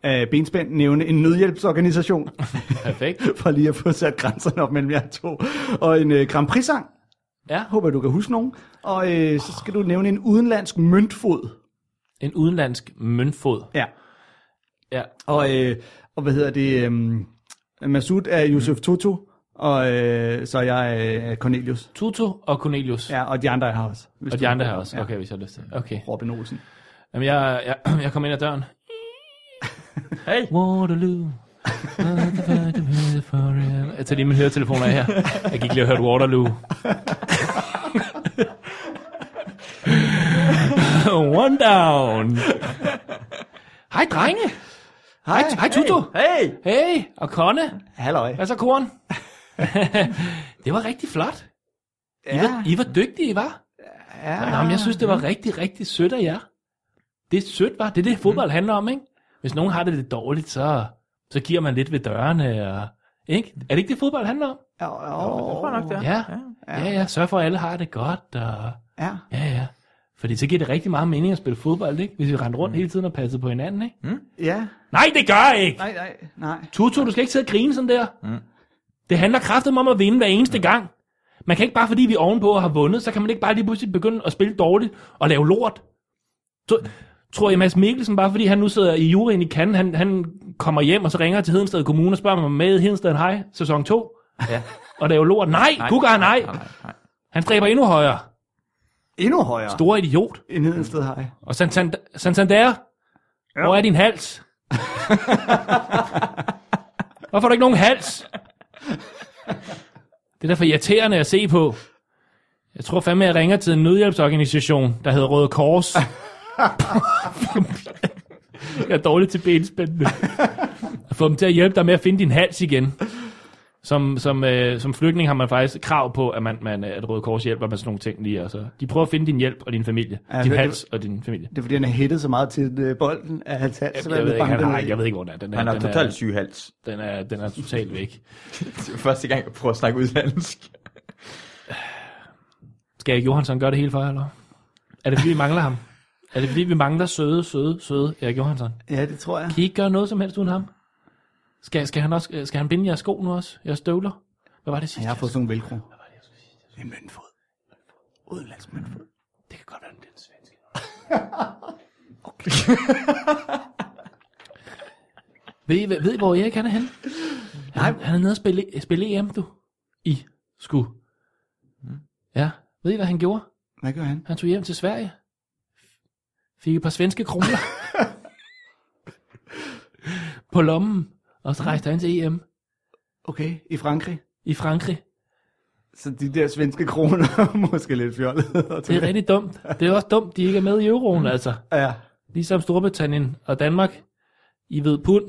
[SPEAKER 1] af benspænd nævne en nødhjælpsorganisation, [laughs]
[SPEAKER 8] Perfekt.
[SPEAKER 1] for lige at få sat grænserne op mellem jer to, og en øh, Grand Prix-sang.
[SPEAKER 8] Ja.
[SPEAKER 1] Håber, du kan huske nogen. Og øh, så skal du nævne en udenlandsk møntfod.
[SPEAKER 8] En udenlandsk møntfod.
[SPEAKER 1] Ja.
[SPEAKER 8] Ja.
[SPEAKER 1] Og, øh, og hvad hedder det? øhm, Masud er Yusuf Toto, og øh, så er jeg øh, Cornelius.
[SPEAKER 8] Tuto og Cornelius.
[SPEAKER 1] Ja, og de andre har også. hvis
[SPEAKER 8] Og
[SPEAKER 1] du-
[SPEAKER 8] de andre her også. Okay, hvis jeg har lyst til. Okay.
[SPEAKER 1] Robin Olsen.
[SPEAKER 8] Jamen, jeg, jeg, jeg kom ind ad døren. Hey! Waterloo. [laughs] Jeg tager lige min høretelefon af her. Jeg gik lige og hørte Waterloo. [laughs] One down. Hej, drenge. Hej, hej Tuto.
[SPEAKER 9] Hey!
[SPEAKER 8] Hey, og Conne.
[SPEAKER 1] Halløj.
[SPEAKER 8] Hvad så, Korn? [laughs] det var rigtig flot. I, var, I var dygtige, var? Ja. Nå, men jeg synes, det var rigtig, rigtig sødt af jer. Det er sødt, var. Det er det, fodbold handler om, ikke? Hvis nogen har det lidt dårligt, så, så giver man lidt ved dørene. Og, ikke? Er det ikke det, fodbold handler om?
[SPEAKER 1] Ja,
[SPEAKER 9] Det tror jeg nok, det er.
[SPEAKER 8] Ja. Ja, ja. Sørg for, at alle har det godt. Og,
[SPEAKER 1] ja.
[SPEAKER 8] ja, ja. Fordi så giver det rigtig meget mening at spille fodbold, ikke? Hvis vi rendte
[SPEAKER 9] Mhm.
[SPEAKER 8] rundt hele tiden og passede på hinanden, ikke?
[SPEAKER 1] Ja.
[SPEAKER 8] Nej, det gør jeg ikke!
[SPEAKER 1] Nej, nej, nej.
[SPEAKER 8] Tutu, du skal ikke sidde og grine sådan der. Mm. Det handler kraftigt om at vinde hver eneste mm. gang. Man kan ikke bare, fordi vi er ovenpå og har vundet, så kan man ikke bare lige pludselig begynde at spille dårligt og lave lort. Så, tror jeg, Mads Mikkelsen, bare fordi han nu sidder i juryen i Cannes, han, han kommer hjem og så ringer til Hedensted Kommune og spørger mig med i Hedensted Hej, sæson 2,
[SPEAKER 10] Ja.
[SPEAKER 8] og lave lort. Nej, nej Gugger, nej.
[SPEAKER 10] Nej, nej, nej.
[SPEAKER 8] Han stræber endnu højere.
[SPEAKER 1] Endnu højere Stor.
[SPEAKER 8] Store idiot.
[SPEAKER 1] end Hedensted har jeg.
[SPEAKER 8] Og Santander, Santander ja. hvor er din
[SPEAKER 1] [laughs]
[SPEAKER 8] hals? Hvorfor er der ikke nogen hals? Det er derfor irriterende at se på. Jeg tror fandme, jeg ringer til en nødhjælpsorganisation, der hedder Røde
[SPEAKER 1] [laughs]
[SPEAKER 8] Kors. jeg er dårlig til benspændende. Få dem til at hjælpe dig med at finde din hals igen. Som, som, øh, som flygtning har man faktisk krav på, at, man, man, øh, at Røde Kors hjælper med sådan nogle ting lige. Altså. De prøver at finde din hjælp og din familie.
[SPEAKER 1] Ja,
[SPEAKER 8] din
[SPEAKER 1] det-
[SPEAKER 8] hals og din familie.
[SPEAKER 1] Det er fordi, han har hættet så meget til øh, bolden af hans hals. så han
[SPEAKER 8] Jeg, jeg, ved
[SPEAKER 1] blev
[SPEAKER 8] ikke, han
[SPEAKER 1] banket
[SPEAKER 8] har,
[SPEAKER 1] ned.
[SPEAKER 8] jeg ved ikke, hvor den er. Den er,
[SPEAKER 10] Han har
[SPEAKER 8] den
[SPEAKER 10] totalt
[SPEAKER 8] er,
[SPEAKER 10] syg
[SPEAKER 8] [laughs]
[SPEAKER 10] hals.
[SPEAKER 8] den er, den er totalt væk.
[SPEAKER 10] Det er første gang, jeg prøver at snakke udlandsk.
[SPEAKER 8] Skal Erik Johansson gøre det hele for jer, eller? Er det fordi, vi mangler ham? Er det fordi, vi mangler søde, søde, søde Erik Johansson?
[SPEAKER 1] Ja, det tror jeg.
[SPEAKER 8] Kan I ikke gøre noget som helst uden ham? Skal, skal, han, også, øh, skal han binde jeres sko nu også? Jeres støvler? Hvad var det sidste?
[SPEAKER 1] Jeg har fået sådan en velcro. En møntfod.
[SPEAKER 8] Det kan godt være, den er svensk.
[SPEAKER 1] [laughs]
[SPEAKER 8] [laughs] ved, I, ved I, hvor Erik han er henne? Han, Nej. han er nede og spille, spille EM, du. I sku. Ja. Ved I, hvad han gjorde?
[SPEAKER 1] Hvad gør han?
[SPEAKER 8] Han tog hjem til Sverige. Fik et par svenske
[SPEAKER 1] [laughs]
[SPEAKER 8] kroner. på lommen. Og så rejste han til EM
[SPEAKER 1] Okay, i Frankrig.
[SPEAKER 8] i Frankrig.
[SPEAKER 1] Så de der svenske kroner er [laughs] måske lidt fjollede.
[SPEAKER 8] Det er rigtig dumt. Det er også dumt, de ikke er med i euroen, altså.
[SPEAKER 1] Mm. Ja.
[SPEAKER 8] Ligesom Storbritannien og Danmark. I ved
[SPEAKER 1] [laughs]
[SPEAKER 8] pund.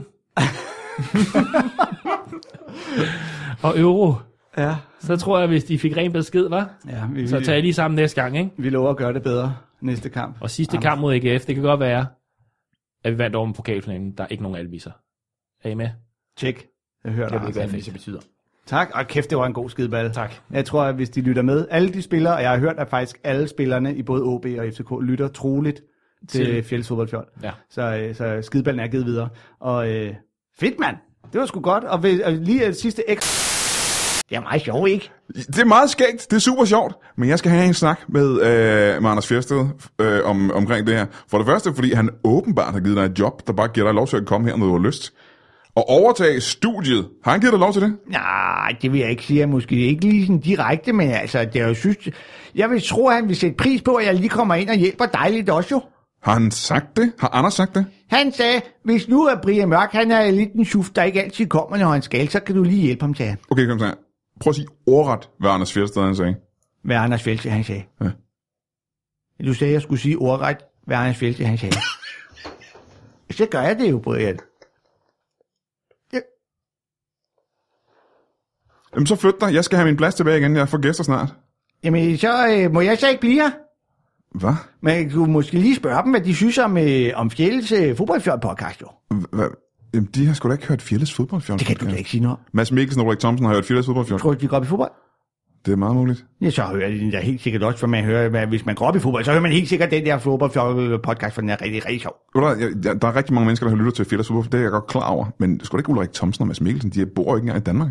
[SPEAKER 8] og euro.
[SPEAKER 1] Ja.
[SPEAKER 8] Så tror jeg, hvis de fik ren besked, var,
[SPEAKER 1] ja vi,
[SPEAKER 8] så
[SPEAKER 1] vi-
[SPEAKER 8] tager jeg lige sammen næste gang, ikke?
[SPEAKER 1] Vi lover at gøre det bedre næste kamp.
[SPEAKER 8] Og sidste kamp mod AGF, det kan godt være, at vi vandt over med pokalfinalen. Der er ikke nogen alviser. Er I med?
[SPEAKER 1] Tjek. Jeg hører
[SPEAKER 10] Jeg ved ikke,
[SPEAKER 1] dig.
[SPEAKER 10] hvad det betyder.
[SPEAKER 1] Tak. Og kæft, det var en god skideball.
[SPEAKER 8] Tak.
[SPEAKER 1] Jeg tror, at hvis de lytter med, alle de spillere, og jeg har hørt, at faktisk alle spillerne i både OB og FCK lytter troligt til,
[SPEAKER 8] Til-
[SPEAKER 1] til Fjellsfodboldfjold.
[SPEAKER 8] Ja.
[SPEAKER 1] Så, øh, så skideballen er givet videre. Og øh, fedt, mand! Det var sgu godt. Og, ved, og lige øh, sidste ekstra... Det er meget sjovt, ikke?
[SPEAKER 2] Det er meget skægt, det er super sjovt, men jeg skal have en snak med, øh, med Anders Fjersted øh, om, omkring det her. For det første, fordi han åbenbart har givet dig et job, der bare giver dig lov til at komme her, når du har lyst. Og overtage studiet. Har han givet dig lov til det?
[SPEAKER 1] Nej, det vil jeg ikke sige. Jeg Måske ikke lige sådan direkte, men altså, det er jo synes... Jeg vil tro, at han vil sætte pris på, at jeg lige kommer ind og hjælper dig lidt også jo.
[SPEAKER 2] Har han sagt det? Har Anders sagt det?
[SPEAKER 1] Han sagde, hvis nu er Brian Mørk, han er lidt en chuf, der ikke altid kommer, når han skal, så kan du lige hjælpe ham, sagde han.
[SPEAKER 2] Okay, kom så her. Prøv at sige ordret, hvad Anders Fjersted han sagde.
[SPEAKER 1] Hvad Anders Fjelte, han sagde.
[SPEAKER 2] Ja.
[SPEAKER 1] Du sagde, at jeg skulle sige ordret, hvad Anders Fjelte, han sagde. så gør jeg det jo, Brian.
[SPEAKER 2] Jamen så flyt dig, jeg skal have min plads tilbage igen, jeg får gæster snart.
[SPEAKER 1] Jamen, så øh, må jeg så ikke blive her.
[SPEAKER 2] Hvad?
[SPEAKER 1] Men du måske lige spørge dem, hvad de synes om, øh, om Fjeldes øh, fodboldfjold-podcast, jo.
[SPEAKER 2] Hvad? Jamen, de har sgu da ikke hørt Fjelles fodboldfjern.
[SPEAKER 1] Det kan du da ikke sige noget om.
[SPEAKER 2] Mads Mikkelsen og Ulrik Thomsen har hørt Fjelles fodboldfjern.
[SPEAKER 1] Tror du, de går op i fodbold?
[SPEAKER 2] Det er meget muligt.
[SPEAKER 1] Ja, så hører de den der helt sikkert også, for man hører, hvad- hvis man går op i fodbold, så hører man helt sikkert den der fodboldfjold-podcast, for den er rigtig, rigtig sjov.
[SPEAKER 2] Ved du hvad, jeg- jeg- Der er rigtig mange mennesker, der har lyttet til Fjelles fodboldfjern, det er jeg godt klar over. Men sgu da ikke Ulrik Thomsen og Mads Mikkelsen, de bor jo ikke engang i Danmark.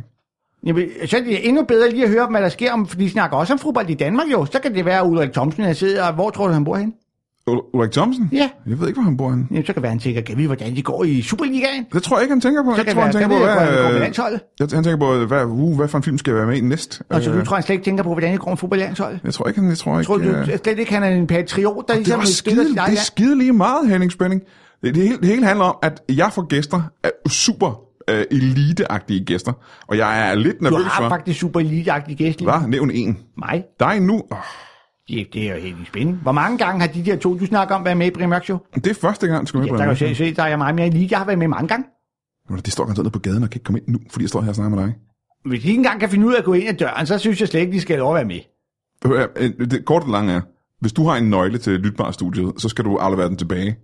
[SPEAKER 1] Jamen, så er det endnu bedre lige at høre, hvad der sker, om, for de snakker også om fodbold i Danmark jo. Så kan det være, at Ulrik Thomsen er sidder, og hvor tror du, han bor henne?
[SPEAKER 2] Ul- Ulrik Thomsen?
[SPEAKER 1] Ja.
[SPEAKER 2] Jeg ved ikke, hvor han bor henne.
[SPEAKER 1] Jamen, så kan være, han tænker, kan vi, hvordan de går i Superligaen?
[SPEAKER 2] Det tror jeg ikke, han tænker på.
[SPEAKER 1] Så
[SPEAKER 2] Jeg
[SPEAKER 1] kan
[SPEAKER 2] tror, han
[SPEAKER 1] være,
[SPEAKER 2] tænker
[SPEAKER 1] kan
[SPEAKER 2] på,
[SPEAKER 1] vi, hvordan de går med
[SPEAKER 2] hvad... øh,
[SPEAKER 1] landsholdet?
[SPEAKER 2] Jeg, han tænker på, hvad, uh, hvad for en film skal jeg være med i næst?
[SPEAKER 1] Og så
[SPEAKER 2] Øh,
[SPEAKER 1] du tror, han slet ikke tænker på, hvordan det går med fodboldlandsholdet?
[SPEAKER 2] Jeg tror ikke, han... Jeg tror ikke...
[SPEAKER 1] Altså- Tror
[SPEAKER 2] øh,
[SPEAKER 1] du slet ikke, han er en patriot, der
[SPEAKER 2] Det
[SPEAKER 1] ligesom
[SPEAKER 2] var
[SPEAKER 1] spiller
[SPEAKER 2] skide,
[SPEAKER 1] sit
[SPEAKER 2] det
[SPEAKER 1] eget
[SPEAKER 2] er
[SPEAKER 1] land?
[SPEAKER 2] skide lige meget, Henning Spænding. Det, det, hele, det hele handler om, at jeg får gæster, af super øh, eliteagtige gæster, og jeg er lidt
[SPEAKER 1] Du
[SPEAKER 2] nervøs
[SPEAKER 1] har
[SPEAKER 2] for...
[SPEAKER 1] faktisk super elite-agtig gæst lige.
[SPEAKER 2] Hvad? Nævn en.
[SPEAKER 1] Mig?
[SPEAKER 2] Dig nu. Oh,
[SPEAKER 1] Ja, det er jo helt spændende. Hvor mange gange har de der to, du snakker om, været med i Brian Mørk Show?
[SPEAKER 2] det er første gang, du skal med
[SPEAKER 1] Ja,
[SPEAKER 2] på
[SPEAKER 1] der kan
[SPEAKER 2] en
[SPEAKER 1] jo se, se, der er jeg meget mere elite. Jeg har været med mange gange.
[SPEAKER 2] Nå, De står garanteret på gaden og kan ikke komme ind nu, fordi jeg står her og snakker med dig.
[SPEAKER 1] Hvis de ikke engang kan finde ud af at gå ind ad døren, så synes jeg slet ikke, de skal have lov at være med.
[SPEAKER 2] Hør her, øh, Det korte og lange er, hvis du har en nøgle til Lytbar-studiet, så skal du aflevere den tilbage.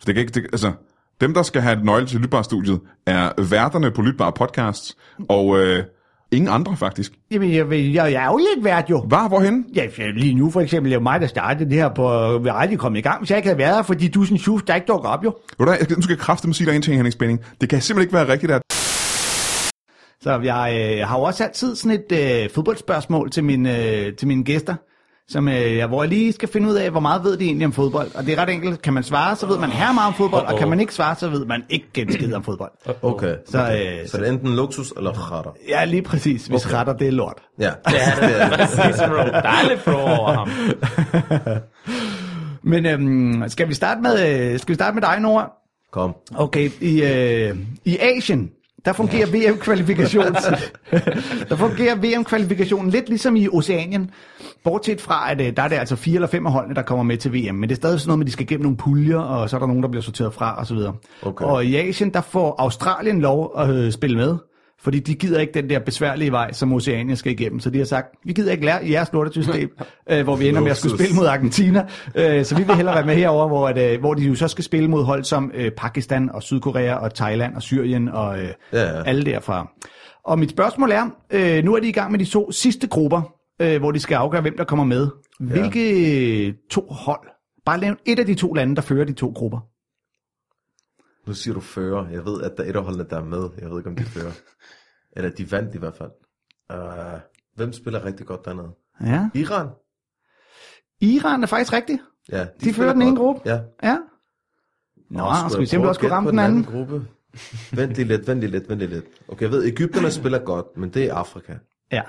[SPEAKER 2] Så det kan ikke, det, altså, dem, der skal have et nøgle til Lytbar-studiet, er værterne på Lytbar Podcasts, og øh, ingen andre faktisk.
[SPEAKER 1] Jamen, jeg, vil- jeg, jeg er jo lidt værd jo.
[SPEAKER 2] Hvad? Hvorhen?
[SPEAKER 1] Ja, for lige nu for eksempel, det er jo mig, der startede det her på, vi er aldrig kommet i gang, hvis jeg ikke havde været her, fordi du er sådan en chuf, der ikke dukker op jo.
[SPEAKER 2] Ved du hvad, jeg skal, nu skal jeg kraftedeme sige dig en ting, Henning Spænding. Det kan simpelthen ikke være rigtigt, at...
[SPEAKER 11] Så jeg øh, har jo også altid sådan et øh, fodboldspørgsmål til mine, øh, til mine gæster, som, øh, jeg- hvor jeg lige skal finde ud af, hvor meget ved de egentlig om fodbold. Og det er ret enkelt. Kan man svare, så ved man her meget om fodbold, og kan man ikke svare, så ved man ikke en skid om fodbold.
[SPEAKER 6] Okay.
[SPEAKER 11] Så,
[SPEAKER 6] okay.
[SPEAKER 11] øh,
[SPEAKER 6] så det er enten luksus eller retter.
[SPEAKER 11] Ja, lige præcis. Hvis okay. retter, det er lort.
[SPEAKER 6] Ja. [laughs] ja det er, det.
[SPEAKER 3] Der er lidt pro over ham.
[SPEAKER 11] Men øhm, skal, vi starte med, øh, skal vi starte med dig, Nora?
[SPEAKER 6] Kom.
[SPEAKER 11] Okay, i, øh, i Asien, der fungerer VM-kvalifikationen der fungerer VM-kvalifikationen lidt ligesom i Oceanien, bortset fra, at øh, der er det altså fire eller fem af holdene, der kommer med til VM, men det er stadig sådan noget med, at de skal gennem nogle puljer, og så er der nogen, der bliver sorteret fra osv.
[SPEAKER 6] Okay.
[SPEAKER 11] Og i Asien, der får Australien lov at øh, spille med, fordi de gider ikke den der besværlige vej, som Oceanien skal igennem. Så de har sagt, vi gider ikke lære jeres lortesystem, øh, hvor vi ender med at skulle
[SPEAKER 6] Luksus.
[SPEAKER 11] spille mod Argentina. Øh, så vi vil hellere være med herover, hvor, at, øh, hvor de jo så skal spille mod hold som øh, Pakistan og Sydkorea og Thailand og Syrien og øh,
[SPEAKER 6] Ja,
[SPEAKER 11] ja,
[SPEAKER 6] ja.
[SPEAKER 11] ja. alle derfra. Og mit spørgsmål er, øh, nu er de i gang med de to sidste grupper, øh, hvor de skal afgøre, hvem der kommer med. Hvilke ja. to hold? Bare lav et af de to lande, der fører de to grupper.
[SPEAKER 6] Nu siger du fører. Jeg ved, at der er et af holdene, der er med. Jeg ved ikke, om de fører. Eller de vandt i hvert fald. Uh, hvem spiller rigtig godt dernede?
[SPEAKER 11] Ja.
[SPEAKER 6] Iran?
[SPEAKER 11] Iran er faktisk rigtigt.
[SPEAKER 6] Ja,
[SPEAKER 11] De fører
[SPEAKER 6] spiller
[SPEAKER 11] den ene
[SPEAKER 6] godt.
[SPEAKER 11] gruppe.
[SPEAKER 6] Ja.
[SPEAKER 11] Ja. Nå, skal vi simpelthen også kunne ramme den anden?
[SPEAKER 6] gruppe? Vent lige lidt, vent lige lidt, vent lige lidt. Okay, jeg ved, Ægypterne spiller godt, men det er Afrika.
[SPEAKER 11] Ja.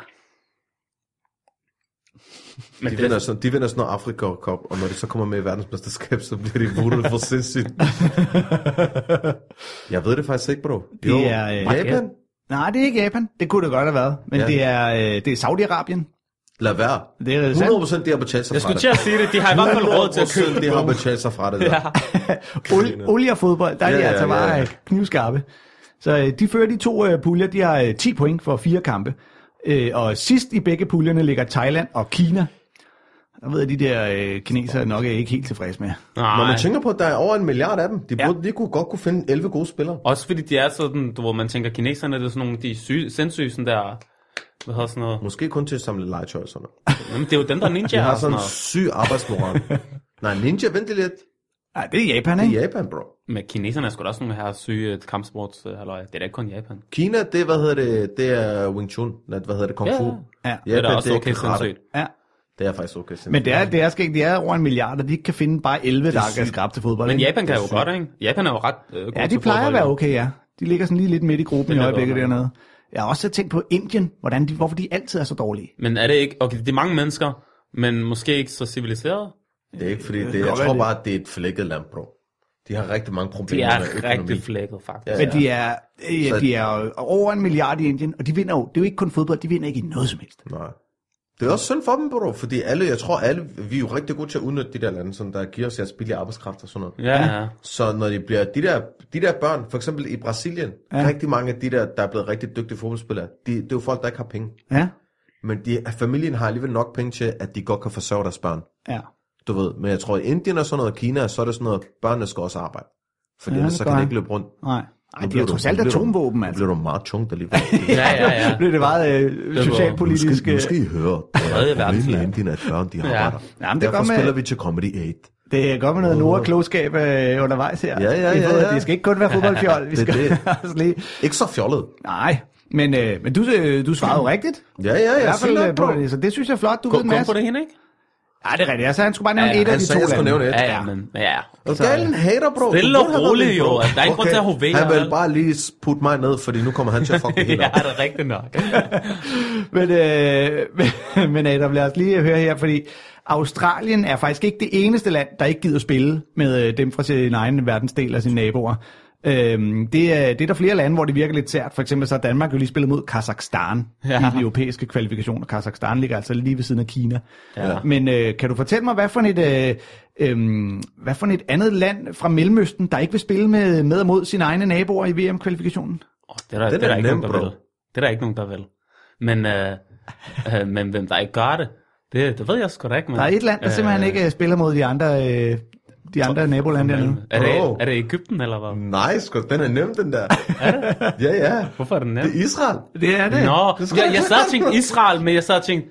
[SPEAKER 6] Men de, vinder sådan, de vinder sådan noget Afrika Cup, og når de så kommer med i verdensmesterskab, så bliver de vundet for sindssygt. jeg ved det faktisk ikke, bro.
[SPEAKER 11] Det er, øh,
[SPEAKER 6] Japan?
[SPEAKER 11] Nej, det er ikke Japan. Det kunne det godt have været. Men
[SPEAKER 6] Ja.
[SPEAKER 11] ja. det er, øh, det er Saudi-Arabien.
[SPEAKER 6] Lad være.
[SPEAKER 11] Det er sandt.
[SPEAKER 6] 100% de har betalt sig
[SPEAKER 3] Jeg
[SPEAKER 6] fra
[SPEAKER 3] skulle til at sige det, de har i hvert fald råd til at købe
[SPEAKER 6] det. 100% de har betalt sig fra det. Der.
[SPEAKER 3] Ja.
[SPEAKER 11] Ol- olie og fodbold, der er
[SPEAKER 6] Ja,
[SPEAKER 11] ja, de
[SPEAKER 6] ja,
[SPEAKER 11] altså
[SPEAKER 6] ja,
[SPEAKER 11] bare
[SPEAKER 6] ja.
[SPEAKER 11] ja. knivskarpe. Så øh, de fører de to øh, puljer, de har øh, 10 point for fire kampe. Øh, og sidst i begge puljerne ligger Thailand og Kina. Der ved jeg, de der øh, kinesere nok er ikke helt tilfredse med.
[SPEAKER 6] Når man
[SPEAKER 3] Nej.
[SPEAKER 6] tænker på, at der er over en milliard af dem, de, burde, de kunne godt kunne finde 11 gode spillere.
[SPEAKER 3] Også fordi de er sådan, du, hvor man tænker, kineserne, det er sådan nogle, de er syge, sindssyge, sådan der, hvad hedder sådan noget.
[SPEAKER 6] Måske kun til at samle legetøj og sådan noget.
[SPEAKER 3] Jamen, det er jo dem, der er ninja
[SPEAKER 6] Jeg har
[SPEAKER 3] og sådan
[SPEAKER 6] sådan en
[SPEAKER 3] noget.
[SPEAKER 6] syg arbejdsmoral. Nej, Ninja, vent lige lidt.
[SPEAKER 11] Nej, det er Japan, ikke?
[SPEAKER 6] Det er Japan, bro.
[SPEAKER 10] Men kineserne er sgu da også nogle her syge øh, kampsports, øh, halløj. Det er da ikke kun Japan.
[SPEAKER 6] Kina, det, hvad hedder det, det er Wing Chun. Nej, Hvad hedder det, Kung
[SPEAKER 10] Ja,
[SPEAKER 6] Fu.
[SPEAKER 10] ja.
[SPEAKER 11] Ja.
[SPEAKER 10] Det er da
[SPEAKER 6] Japan,
[SPEAKER 10] også okay
[SPEAKER 6] karate.
[SPEAKER 10] sindssygt.
[SPEAKER 6] Det er faktisk okay sindssygt.
[SPEAKER 1] Men det er, det er, skægt, det er over en milliard, og de ikke kan finde bare 11, der kan skrabe til fodbold.
[SPEAKER 10] Men
[SPEAKER 1] ikke?
[SPEAKER 10] Japan kan jo godt, ikke? Japan er jo ret øh, god
[SPEAKER 1] Ja,
[SPEAKER 10] til
[SPEAKER 1] de plejer at
[SPEAKER 10] fodbold,
[SPEAKER 1] være
[SPEAKER 10] jo.
[SPEAKER 1] okay, ja. De ligger sådan lige lidt midt i gruppen i
[SPEAKER 10] Det er
[SPEAKER 1] øjeblikket
[SPEAKER 10] godt, ja.
[SPEAKER 1] dernede. Jeg har også tænkt på Indien, hvordan de, hvorfor de altid er så dårlige.
[SPEAKER 10] Men er det ikke... Okay, det er mange mennesker, men måske ikke så civiliseret.
[SPEAKER 6] Det er ikke fordi, det, jeg
[SPEAKER 1] godt
[SPEAKER 6] tror
[SPEAKER 1] være,
[SPEAKER 6] bare, at det er et flækket land, bro. De har rigtig mange
[SPEAKER 10] De
[SPEAKER 6] problemer
[SPEAKER 10] er
[SPEAKER 6] med økonomi.
[SPEAKER 10] rigtig flækket, faktisk.
[SPEAKER 6] Ja,
[SPEAKER 1] Men de er, øh,
[SPEAKER 6] Så-
[SPEAKER 1] ja, de er jo over en milliard i Indien, og de vinder jo. Det er jo ikke kun fodbold, de vinder ikke i noget som helst.
[SPEAKER 6] Nej. Det er også synd for dem, bro, fordi alle, jeg tror alle, vi er jo rigtig gode til at udnytte de der lande, sådan, der giver os jeres billige arbejdskraft og sådan noget.
[SPEAKER 10] Ja, ja.
[SPEAKER 6] Så når de bliver, de der, de der børn, for eksempel i Brasilien, ja. rigtig mange af de der, der er blevet rigtig dygtige fodboldspillere, de, det er jo folk, der ikke har penge.
[SPEAKER 1] Ja,
[SPEAKER 6] Men de, at familien har alligevel nok penge til, at de godt kan forsørge deres børn.
[SPEAKER 1] ja.
[SPEAKER 6] Du ved, men jeg tror, i Indien og sådan noget, og Kina, så er det sådan noget, børnene skal også arbejde. Fordi
[SPEAKER 1] Ja,
[SPEAKER 6] ja, ellers
[SPEAKER 1] det
[SPEAKER 6] så
[SPEAKER 1] gør
[SPEAKER 6] kan de
[SPEAKER 1] jeg.
[SPEAKER 6] ikke løbe rundt.
[SPEAKER 1] Nej. Ej,
[SPEAKER 6] Nu
[SPEAKER 1] det er
[SPEAKER 6] bliver
[SPEAKER 1] jo
[SPEAKER 6] du-
[SPEAKER 1] trods alt
[SPEAKER 6] nu bliver du-
[SPEAKER 1] atomvåben,
[SPEAKER 6] Nu
[SPEAKER 1] altså.
[SPEAKER 6] bliver du meget tungt
[SPEAKER 1] [laughs]
[SPEAKER 6] alligevel.
[SPEAKER 10] Ja, ja, ja.
[SPEAKER 1] Nu er det meget øh,
[SPEAKER 6] Nu
[SPEAKER 1] socialpolitisk.
[SPEAKER 6] skal, nu skal
[SPEAKER 1] øh,
[SPEAKER 6] I høre, der
[SPEAKER 10] [laughs] Tredje
[SPEAKER 6] er et problem i
[SPEAKER 10] verdensland.
[SPEAKER 6] Indien, at børn, de arbejder. Ja.
[SPEAKER 1] Jamen, det
[SPEAKER 6] Derfor
[SPEAKER 1] er godt med-
[SPEAKER 6] spiller vi til Comedy 8.
[SPEAKER 1] Det er godt med noget nordklogskab øh, undervejs her.
[SPEAKER 6] Ja, ja,
[SPEAKER 1] I
[SPEAKER 6] ja,
[SPEAKER 1] fodbold.
[SPEAKER 6] [laughs] ja.
[SPEAKER 1] Det skal ikke kun være fodboldfjol. Vi
[SPEAKER 6] Det er
[SPEAKER 1] skal [laughs]
[SPEAKER 6] det.
[SPEAKER 1] også lige...
[SPEAKER 6] Ikke så fjollet.
[SPEAKER 1] Nej, men, øh, men du, øh, du svarede jo rigtigt.
[SPEAKER 6] Ja, ja,
[SPEAKER 1] I
[SPEAKER 6] jeg
[SPEAKER 1] hvert fald,
[SPEAKER 6] siger
[SPEAKER 1] øh,
[SPEAKER 6] det, bro.
[SPEAKER 1] på det, så det synes jeg er flot. Du
[SPEAKER 10] Gå,
[SPEAKER 1] ved en
[SPEAKER 10] kom på
[SPEAKER 1] masse.
[SPEAKER 10] det hende, ikke?
[SPEAKER 1] Nej, det er rigtigt. Jeg sagde, han skulle bare nævne
[SPEAKER 10] Ja,
[SPEAKER 1] et af
[SPEAKER 6] Han
[SPEAKER 1] de
[SPEAKER 6] sagde,
[SPEAKER 1] to
[SPEAKER 6] Altså, jeg skulle nævne
[SPEAKER 1] lande. altså-
[SPEAKER 6] et.
[SPEAKER 10] Ja, ja, men ja.
[SPEAKER 6] Og galen hater, bro.
[SPEAKER 10] Stille
[SPEAKER 6] Du
[SPEAKER 10] og
[SPEAKER 6] burde have været
[SPEAKER 10] roligt,
[SPEAKER 6] min bro.
[SPEAKER 10] jo. Der er ikke grund til at hovere,
[SPEAKER 6] Han vil
[SPEAKER 10] vel?
[SPEAKER 6] bare lige putte mig ned, fordi nu kommer han til at fucking
[SPEAKER 10] [laughs]
[SPEAKER 6] hele
[SPEAKER 10] Ja,
[SPEAKER 6] op.
[SPEAKER 10] det er rigtigt nok.
[SPEAKER 1] Men, øh, [laughs] men- men Adam, lad os lige høre her, fordi Australien er faktisk ikke det eneste land, der ikke gider spille med øh, dem fra sin egen verdensdel og sine naboer. Øhm, det, er, det er der flere lande, hvor det virker lidt sært. For eksempel så har Danmark jo lige spillet mod Kazakhstan ja. i de europæiske kvalifikationer. Kazakhstan ligger altså lige ved siden af Kina. Ja. Men øh, kan du fortælle mig, hvad for, et, øh, øhm, hvad for et andet land fra Mellemøsten, der ikke vil spille med, med og mod sine egne naboer i VM-kvalifikationen?
[SPEAKER 10] Oh, det er der,
[SPEAKER 6] Den
[SPEAKER 10] det er
[SPEAKER 6] er
[SPEAKER 10] der ikke
[SPEAKER 6] nem,
[SPEAKER 10] nogen, der
[SPEAKER 6] bro.
[SPEAKER 10] vil. Det er der ikke nogen, der vil. Men, øh, øh, men hvem der ikke gør det, det, det ved jeg sgu da ikke. Man.
[SPEAKER 1] Der er et land, der simpelthen ikke øh, spiller mod de andre, øh, de andre nabolande dernede.
[SPEAKER 10] Er
[SPEAKER 6] Bro.
[SPEAKER 10] det, er det Ægypten, eller hvad?
[SPEAKER 6] Nej, sgu, den er nem, den der. [laughs] Ja, ja.
[SPEAKER 10] Hvorfor er den nem?
[SPEAKER 6] Det er Israel.
[SPEAKER 1] Det er det.
[SPEAKER 10] Nå,
[SPEAKER 6] Det skal
[SPEAKER 10] jeg, jeg
[SPEAKER 6] jeg ikke
[SPEAKER 10] sad og
[SPEAKER 6] have,
[SPEAKER 10] tænkte
[SPEAKER 6] bro.
[SPEAKER 10] Israel, men jeg sad og tænkte,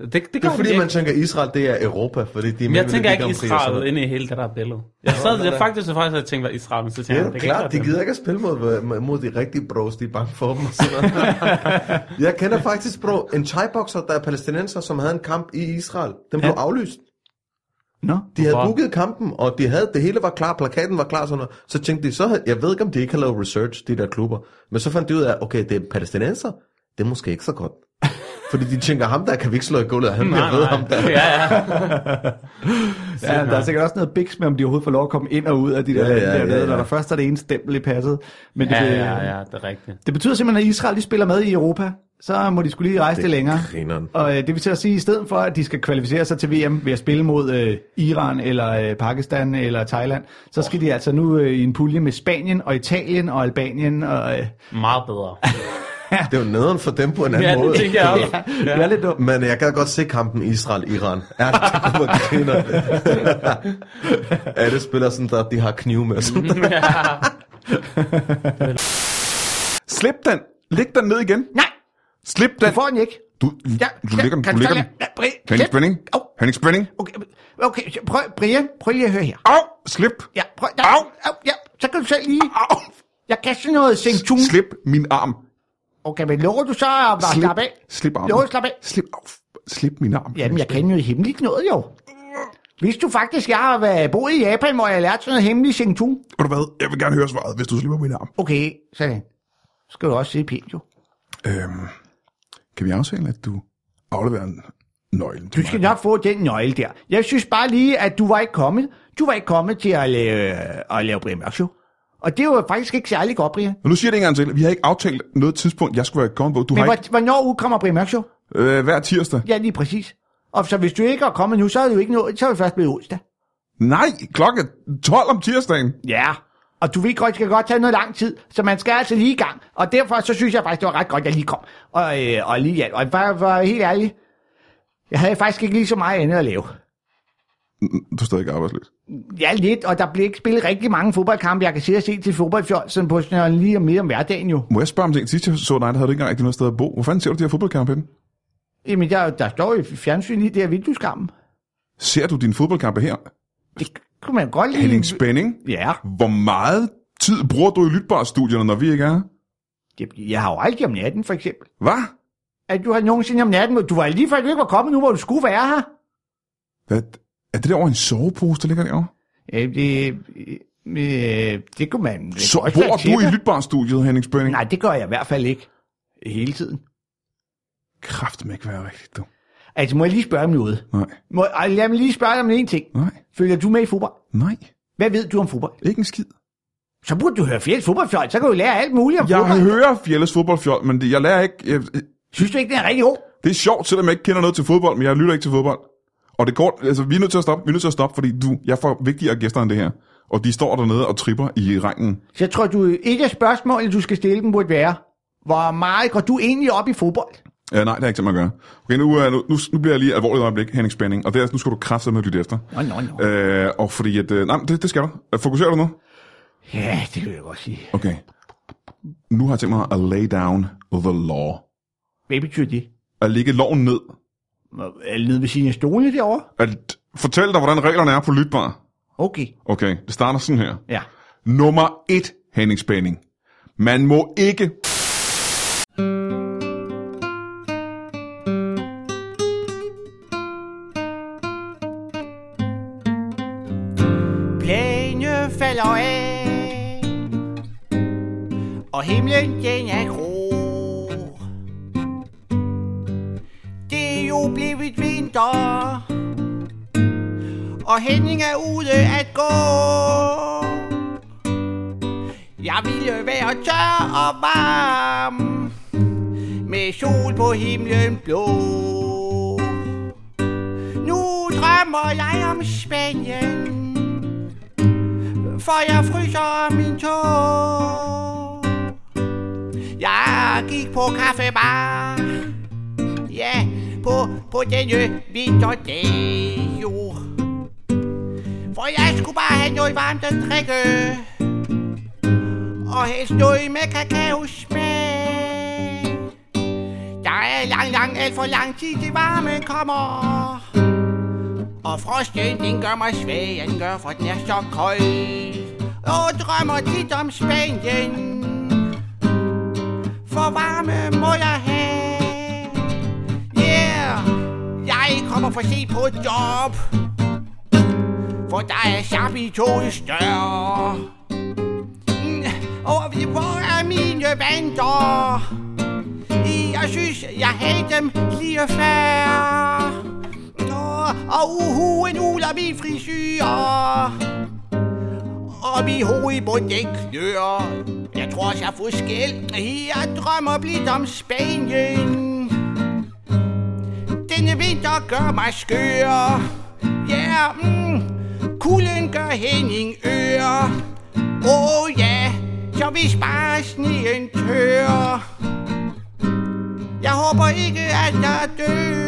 [SPEAKER 10] det, det,
[SPEAKER 6] Det
[SPEAKER 10] gør
[SPEAKER 6] er
[SPEAKER 10] de
[SPEAKER 6] fordi,
[SPEAKER 10] ikke.
[SPEAKER 6] man tænker, Israel, det er Europa, fordi de er
[SPEAKER 10] Men
[SPEAKER 6] med
[SPEAKER 10] jeg
[SPEAKER 6] ved
[SPEAKER 10] tænker ikke
[SPEAKER 6] Melodi Grand Prix og sådan
[SPEAKER 10] Israel
[SPEAKER 6] noget.
[SPEAKER 10] inde i hele det der billede. Jeg sad jeg faktisk så faktisk og tænkte, hvad Israel, men så tænkte
[SPEAKER 6] Ja,
[SPEAKER 10] jeg,
[SPEAKER 6] det er
[SPEAKER 10] kan ikke
[SPEAKER 6] klart.
[SPEAKER 10] være
[SPEAKER 6] De
[SPEAKER 10] dem.
[SPEAKER 6] gider ikke at spille mod, mod de rigtige bros, de er bange for dem. Og sådan noget.
[SPEAKER 10] [laughs]
[SPEAKER 6] jeg kender faktisk, bro, en thai-bokser, der er palæstinenser, som havde en kamp i Israel. Den blev aflyst.
[SPEAKER 1] Nå.
[SPEAKER 6] De havde
[SPEAKER 10] Hvorfor?
[SPEAKER 6] booket kampen, og de havde, det hele var klar, plakaten var klar, og sådan noget. Så tænkte de, så havde, jeg ved ikke, om de ikke har lavet research, de der klubber. Men så fandt de ud af, okay, det er palæstinenser. Det er måske ikke så godt. Fordi de tænker, ham der kan vi ikke slå i
[SPEAKER 10] [laughs]
[SPEAKER 6] gulvet, han bliver ved ham der.
[SPEAKER 10] Ja, ja.
[SPEAKER 1] Ja, der er sikkert også noget biks med, om de overhovedet får lov at komme ind og ud af de
[SPEAKER 6] Ja,
[SPEAKER 1] der ja,
[SPEAKER 6] ja,
[SPEAKER 1] lande dernede,
[SPEAKER 6] ja, ja.
[SPEAKER 1] når der først er det ene stempel i passet. Men det,
[SPEAKER 10] Ja, ja, ja, det er rigtigt.
[SPEAKER 1] det betyder simpelthen, at Israel de spiller med i Europa, så må de skulle lige rejse det, længere.
[SPEAKER 6] Grineren.
[SPEAKER 1] Og øh, det vil til at sige, at i stedet for, at de skal kvalificere sig til VM ved at spille mod øh, Iran, eller øh, Pakistan, eller Thailand, så skal oh. de altså nu øh, i en pulje med Spanien, og Italien, og Albanien, og... Øh,
[SPEAKER 10] Meget bedre.
[SPEAKER 6] Det er jo nederen for dem på en anden
[SPEAKER 10] Ja,
[SPEAKER 6] måde.
[SPEAKER 10] det tænker jeg også.
[SPEAKER 1] ja. Det er lidt dumt.
[SPEAKER 6] Men jeg kan godt se kampen Israel-Iran. Ja, [laughs] det kunne være [laughs] griner. Alle spiller sådan der, de har knive med. Sådan der.
[SPEAKER 2] Slip den. Læg den ned igen.
[SPEAKER 1] Nej,
[SPEAKER 2] Slip den.
[SPEAKER 1] du får den ikke.
[SPEAKER 2] Du,
[SPEAKER 1] Ja,
[SPEAKER 2] du lægger den.
[SPEAKER 1] kan
[SPEAKER 2] Du lægger den.
[SPEAKER 1] Ja, Bri-
[SPEAKER 2] Henning
[SPEAKER 1] slip.
[SPEAKER 2] Spænding.
[SPEAKER 1] Au.
[SPEAKER 2] Henning Spænding.
[SPEAKER 1] Okay, okay så prøv, Brian, prøv lige at høre her.
[SPEAKER 2] Au! Slip.
[SPEAKER 1] Ja, prøv, ja,
[SPEAKER 2] Au.
[SPEAKER 1] Au, ja, så kan du selv lige...
[SPEAKER 2] Au!
[SPEAKER 1] Jeg kan sådan noget Seng Tun.
[SPEAKER 2] Slip min arm.
[SPEAKER 1] Okay, men lover du så at bare
[SPEAKER 2] Slip.
[SPEAKER 1] slappe af?
[SPEAKER 2] Slip armen.
[SPEAKER 1] Jo, slap af.
[SPEAKER 2] Slip, au. Slip min arm.
[SPEAKER 1] Jamen, jeg kan jo hemmeligt noget, jo. Hvis du faktisk, jeg har været- boet i Japan, hvor jeg lærte sådan noget hemmeligt Seng Tun.
[SPEAKER 2] Ved du hvad? Jeg vil gerne høre svaret, hvis du slipper min arm.
[SPEAKER 1] Okay, sådan. Så Skal du også sidde pænt, jo.
[SPEAKER 2] Øhm, kan vi aftale, at du afleverer en nøgle til
[SPEAKER 1] Du skal
[SPEAKER 2] mig?
[SPEAKER 1] nok få den nøgle der. Jeg synes bare lige, at du var ikke kommet. Du var ikke kommet til at lave, at lave Brian Mørk Show. Og det var faktisk ikke særlig godt, Brian.
[SPEAKER 2] Og nu siger jeg det en gang til. Vi har ikke aftalt noget tidspunkt, jeg skulle være kommet på. Du
[SPEAKER 1] Men
[SPEAKER 2] har ikke,
[SPEAKER 1] hvor- hvornår udkommer Brian Mørk Show?
[SPEAKER 2] øh, hver tirsdag.
[SPEAKER 1] Ja, lige præcis. Og så hvis du ikke er kommet nu, så er du ikke nået, så er det først blevet onsdag.
[SPEAKER 2] Nej, klokken er 12 om tirsdagen.
[SPEAKER 1] Ja. Og du ved godt, det skal godt tage noget lang tid, så man skal altså lige i gang. Og derfor så synes jeg faktisk, det var ret godt, at jeg lige kom. Og, øh, og lige hjalp. Og for, for helt ærlig, jeg havde faktisk ikke lige så meget andet at lave.
[SPEAKER 2] Du er stadig ikke arbejdsløs.
[SPEAKER 1] Ja, lidt, og der blev ikke spillet rigtig mange fodboldkampe. Jeg kan sidde og se til fodboldfjold, sådan på sådan lige og mere om hverdagen jo.
[SPEAKER 2] Må jeg spørge om ting? Sidst jeg så dig, der havde du ikke engang rigtig noget sted at bo. Hvor fanden ser du de her fodboldkampe henne?
[SPEAKER 1] Jamen, der, der står jo fjernsyn i det her vindueskampen.
[SPEAKER 2] Ser du dine fodboldkampe her?
[SPEAKER 1] Det,
[SPEAKER 12] kunne man godt lide...
[SPEAKER 2] Henning Spænding,
[SPEAKER 12] Ja,
[SPEAKER 2] hvor meget tid bruger du i lytbarstudierne, når vi ikke er her?
[SPEAKER 12] jeg, jeg har jo aldrig om natten, for eksempel.
[SPEAKER 2] Hvad?
[SPEAKER 12] At du har nogensinde om natten... Du var lige før, du ikke var kommet nu, hvor du skulle være her.
[SPEAKER 2] Hvad? Er det der over en sovepose, der ligger derovre?
[SPEAKER 12] Øh, det, øh, det kunne man...
[SPEAKER 2] Så bor du i lytbarstudiet, Henning Spænding?
[SPEAKER 12] Nej, det gør jeg i hvert fald ikke. Hele tiden.
[SPEAKER 2] Kraft med ikke være rigtigt, du.
[SPEAKER 12] Altså, må jeg lige spørge om noget?
[SPEAKER 2] Nej,
[SPEAKER 12] Må, ej, lad mig lige spørge dig om en ting.
[SPEAKER 2] nej,
[SPEAKER 12] Følger du med i fodbold?
[SPEAKER 2] nej.
[SPEAKER 12] Hvad ved du om fodbold?
[SPEAKER 2] Ikke en skid.
[SPEAKER 12] Så burde du høre Fjells fodboldfløjt, så kan du lære alt muligt om
[SPEAKER 2] Jeg
[SPEAKER 12] fodbold.
[SPEAKER 2] hører Fjelles fodboldfjold, men det, jeg lærer ikke... Jeg,
[SPEAKER 12] Synes du ikke, den er rigtig god?
[SPEAKER 2] det er sjovt, selvom jeg ikke kender noget til fodbold, men jeg lytter ikke til fodbold. Og det går... Altså, vi er nødt til at stoppe, vi er nødt til at stoppe, fordi du, jeg får vigtigere gæster end det her. Og de står dernede og tripper i regnen.
[SPEAKER 12] Så jeg tror du, et af spørgsmålene, du skal stille dem, burde være, hvor meget går du egentlig op i fodbold?
[SPEAKER 2] Ja, nej, det har ikke tænkt mig at gøre. Okay, nu, er- nu, nu, nu bliver jeg lige alvorligt øjeblik, Henning Spænding, og det er, nu skal du kræfte med at lytte efter.
[SPEAKER 12] Nå, nå, nå.
[SPEAKER 2] Øh, og fordi at, øh, nej, men det, det skal du. Øh, Fokuserer du nu?
[SPEAKER 12] Ja, det kan jeg godt sige.
[SPEAKER 2] Okay. Nu har jeg tænkt mig at lay down the law.
[SPEAKER 12] Hvad betyder det?
[SPEAKER 2] At ligge loven ned.
[SPEAKER 12] Må- Er det nede ved sine stole derovre?
[SPEAKER 2] At fortælle dig, hvordan reglerne er på lytbar.
[SPEAKER 12] Okay,
[SPEAKER 2] Okay, det starter sådan her.
[SPEAKER 12] ja.
[SPEAKER 2] Nummer et, Henning Spænding. Man må ikke...
[SPEAKER 12] Bladene falder af Og himlen den er grå Det er jo blevet vinter Og Henning er ude at gå Jeg ville være tør og varm Med sol på himlen blå Nu drømmer jeg om Spanien for jeg fryser af min tog. Jeg gik på kaffebar, ja, på, på denne vinterdag jo. For jeg skulle bare have noget varmt at drikke, og helst noget med kakaosmag. Der er lang, lang, alt for lang tid til varmen kommer. Og frosten, den gør mig svag, ja, den gør, for den er så kold. Og drømmer tit om Spanien. For varme må jeg have. Yeah, jeg kommer for sent på job. For der er sharp i toget større. Mm, Og hvor er mine vanter? Jeg synes, jeg havde dem lige før. Nå, og uhu, en ul af min frisyr. Og min hovedbund, den klør. Jeg tror også, jeg får skæld. Jeg drømmer blidt om Spanien. Denne vinter gør mig skør. Ja, yeah, mm, kulden gør Henning øre. Åh oh, ja, så hvis bare sneen tør. Jeg håber ikke, at jeg dør.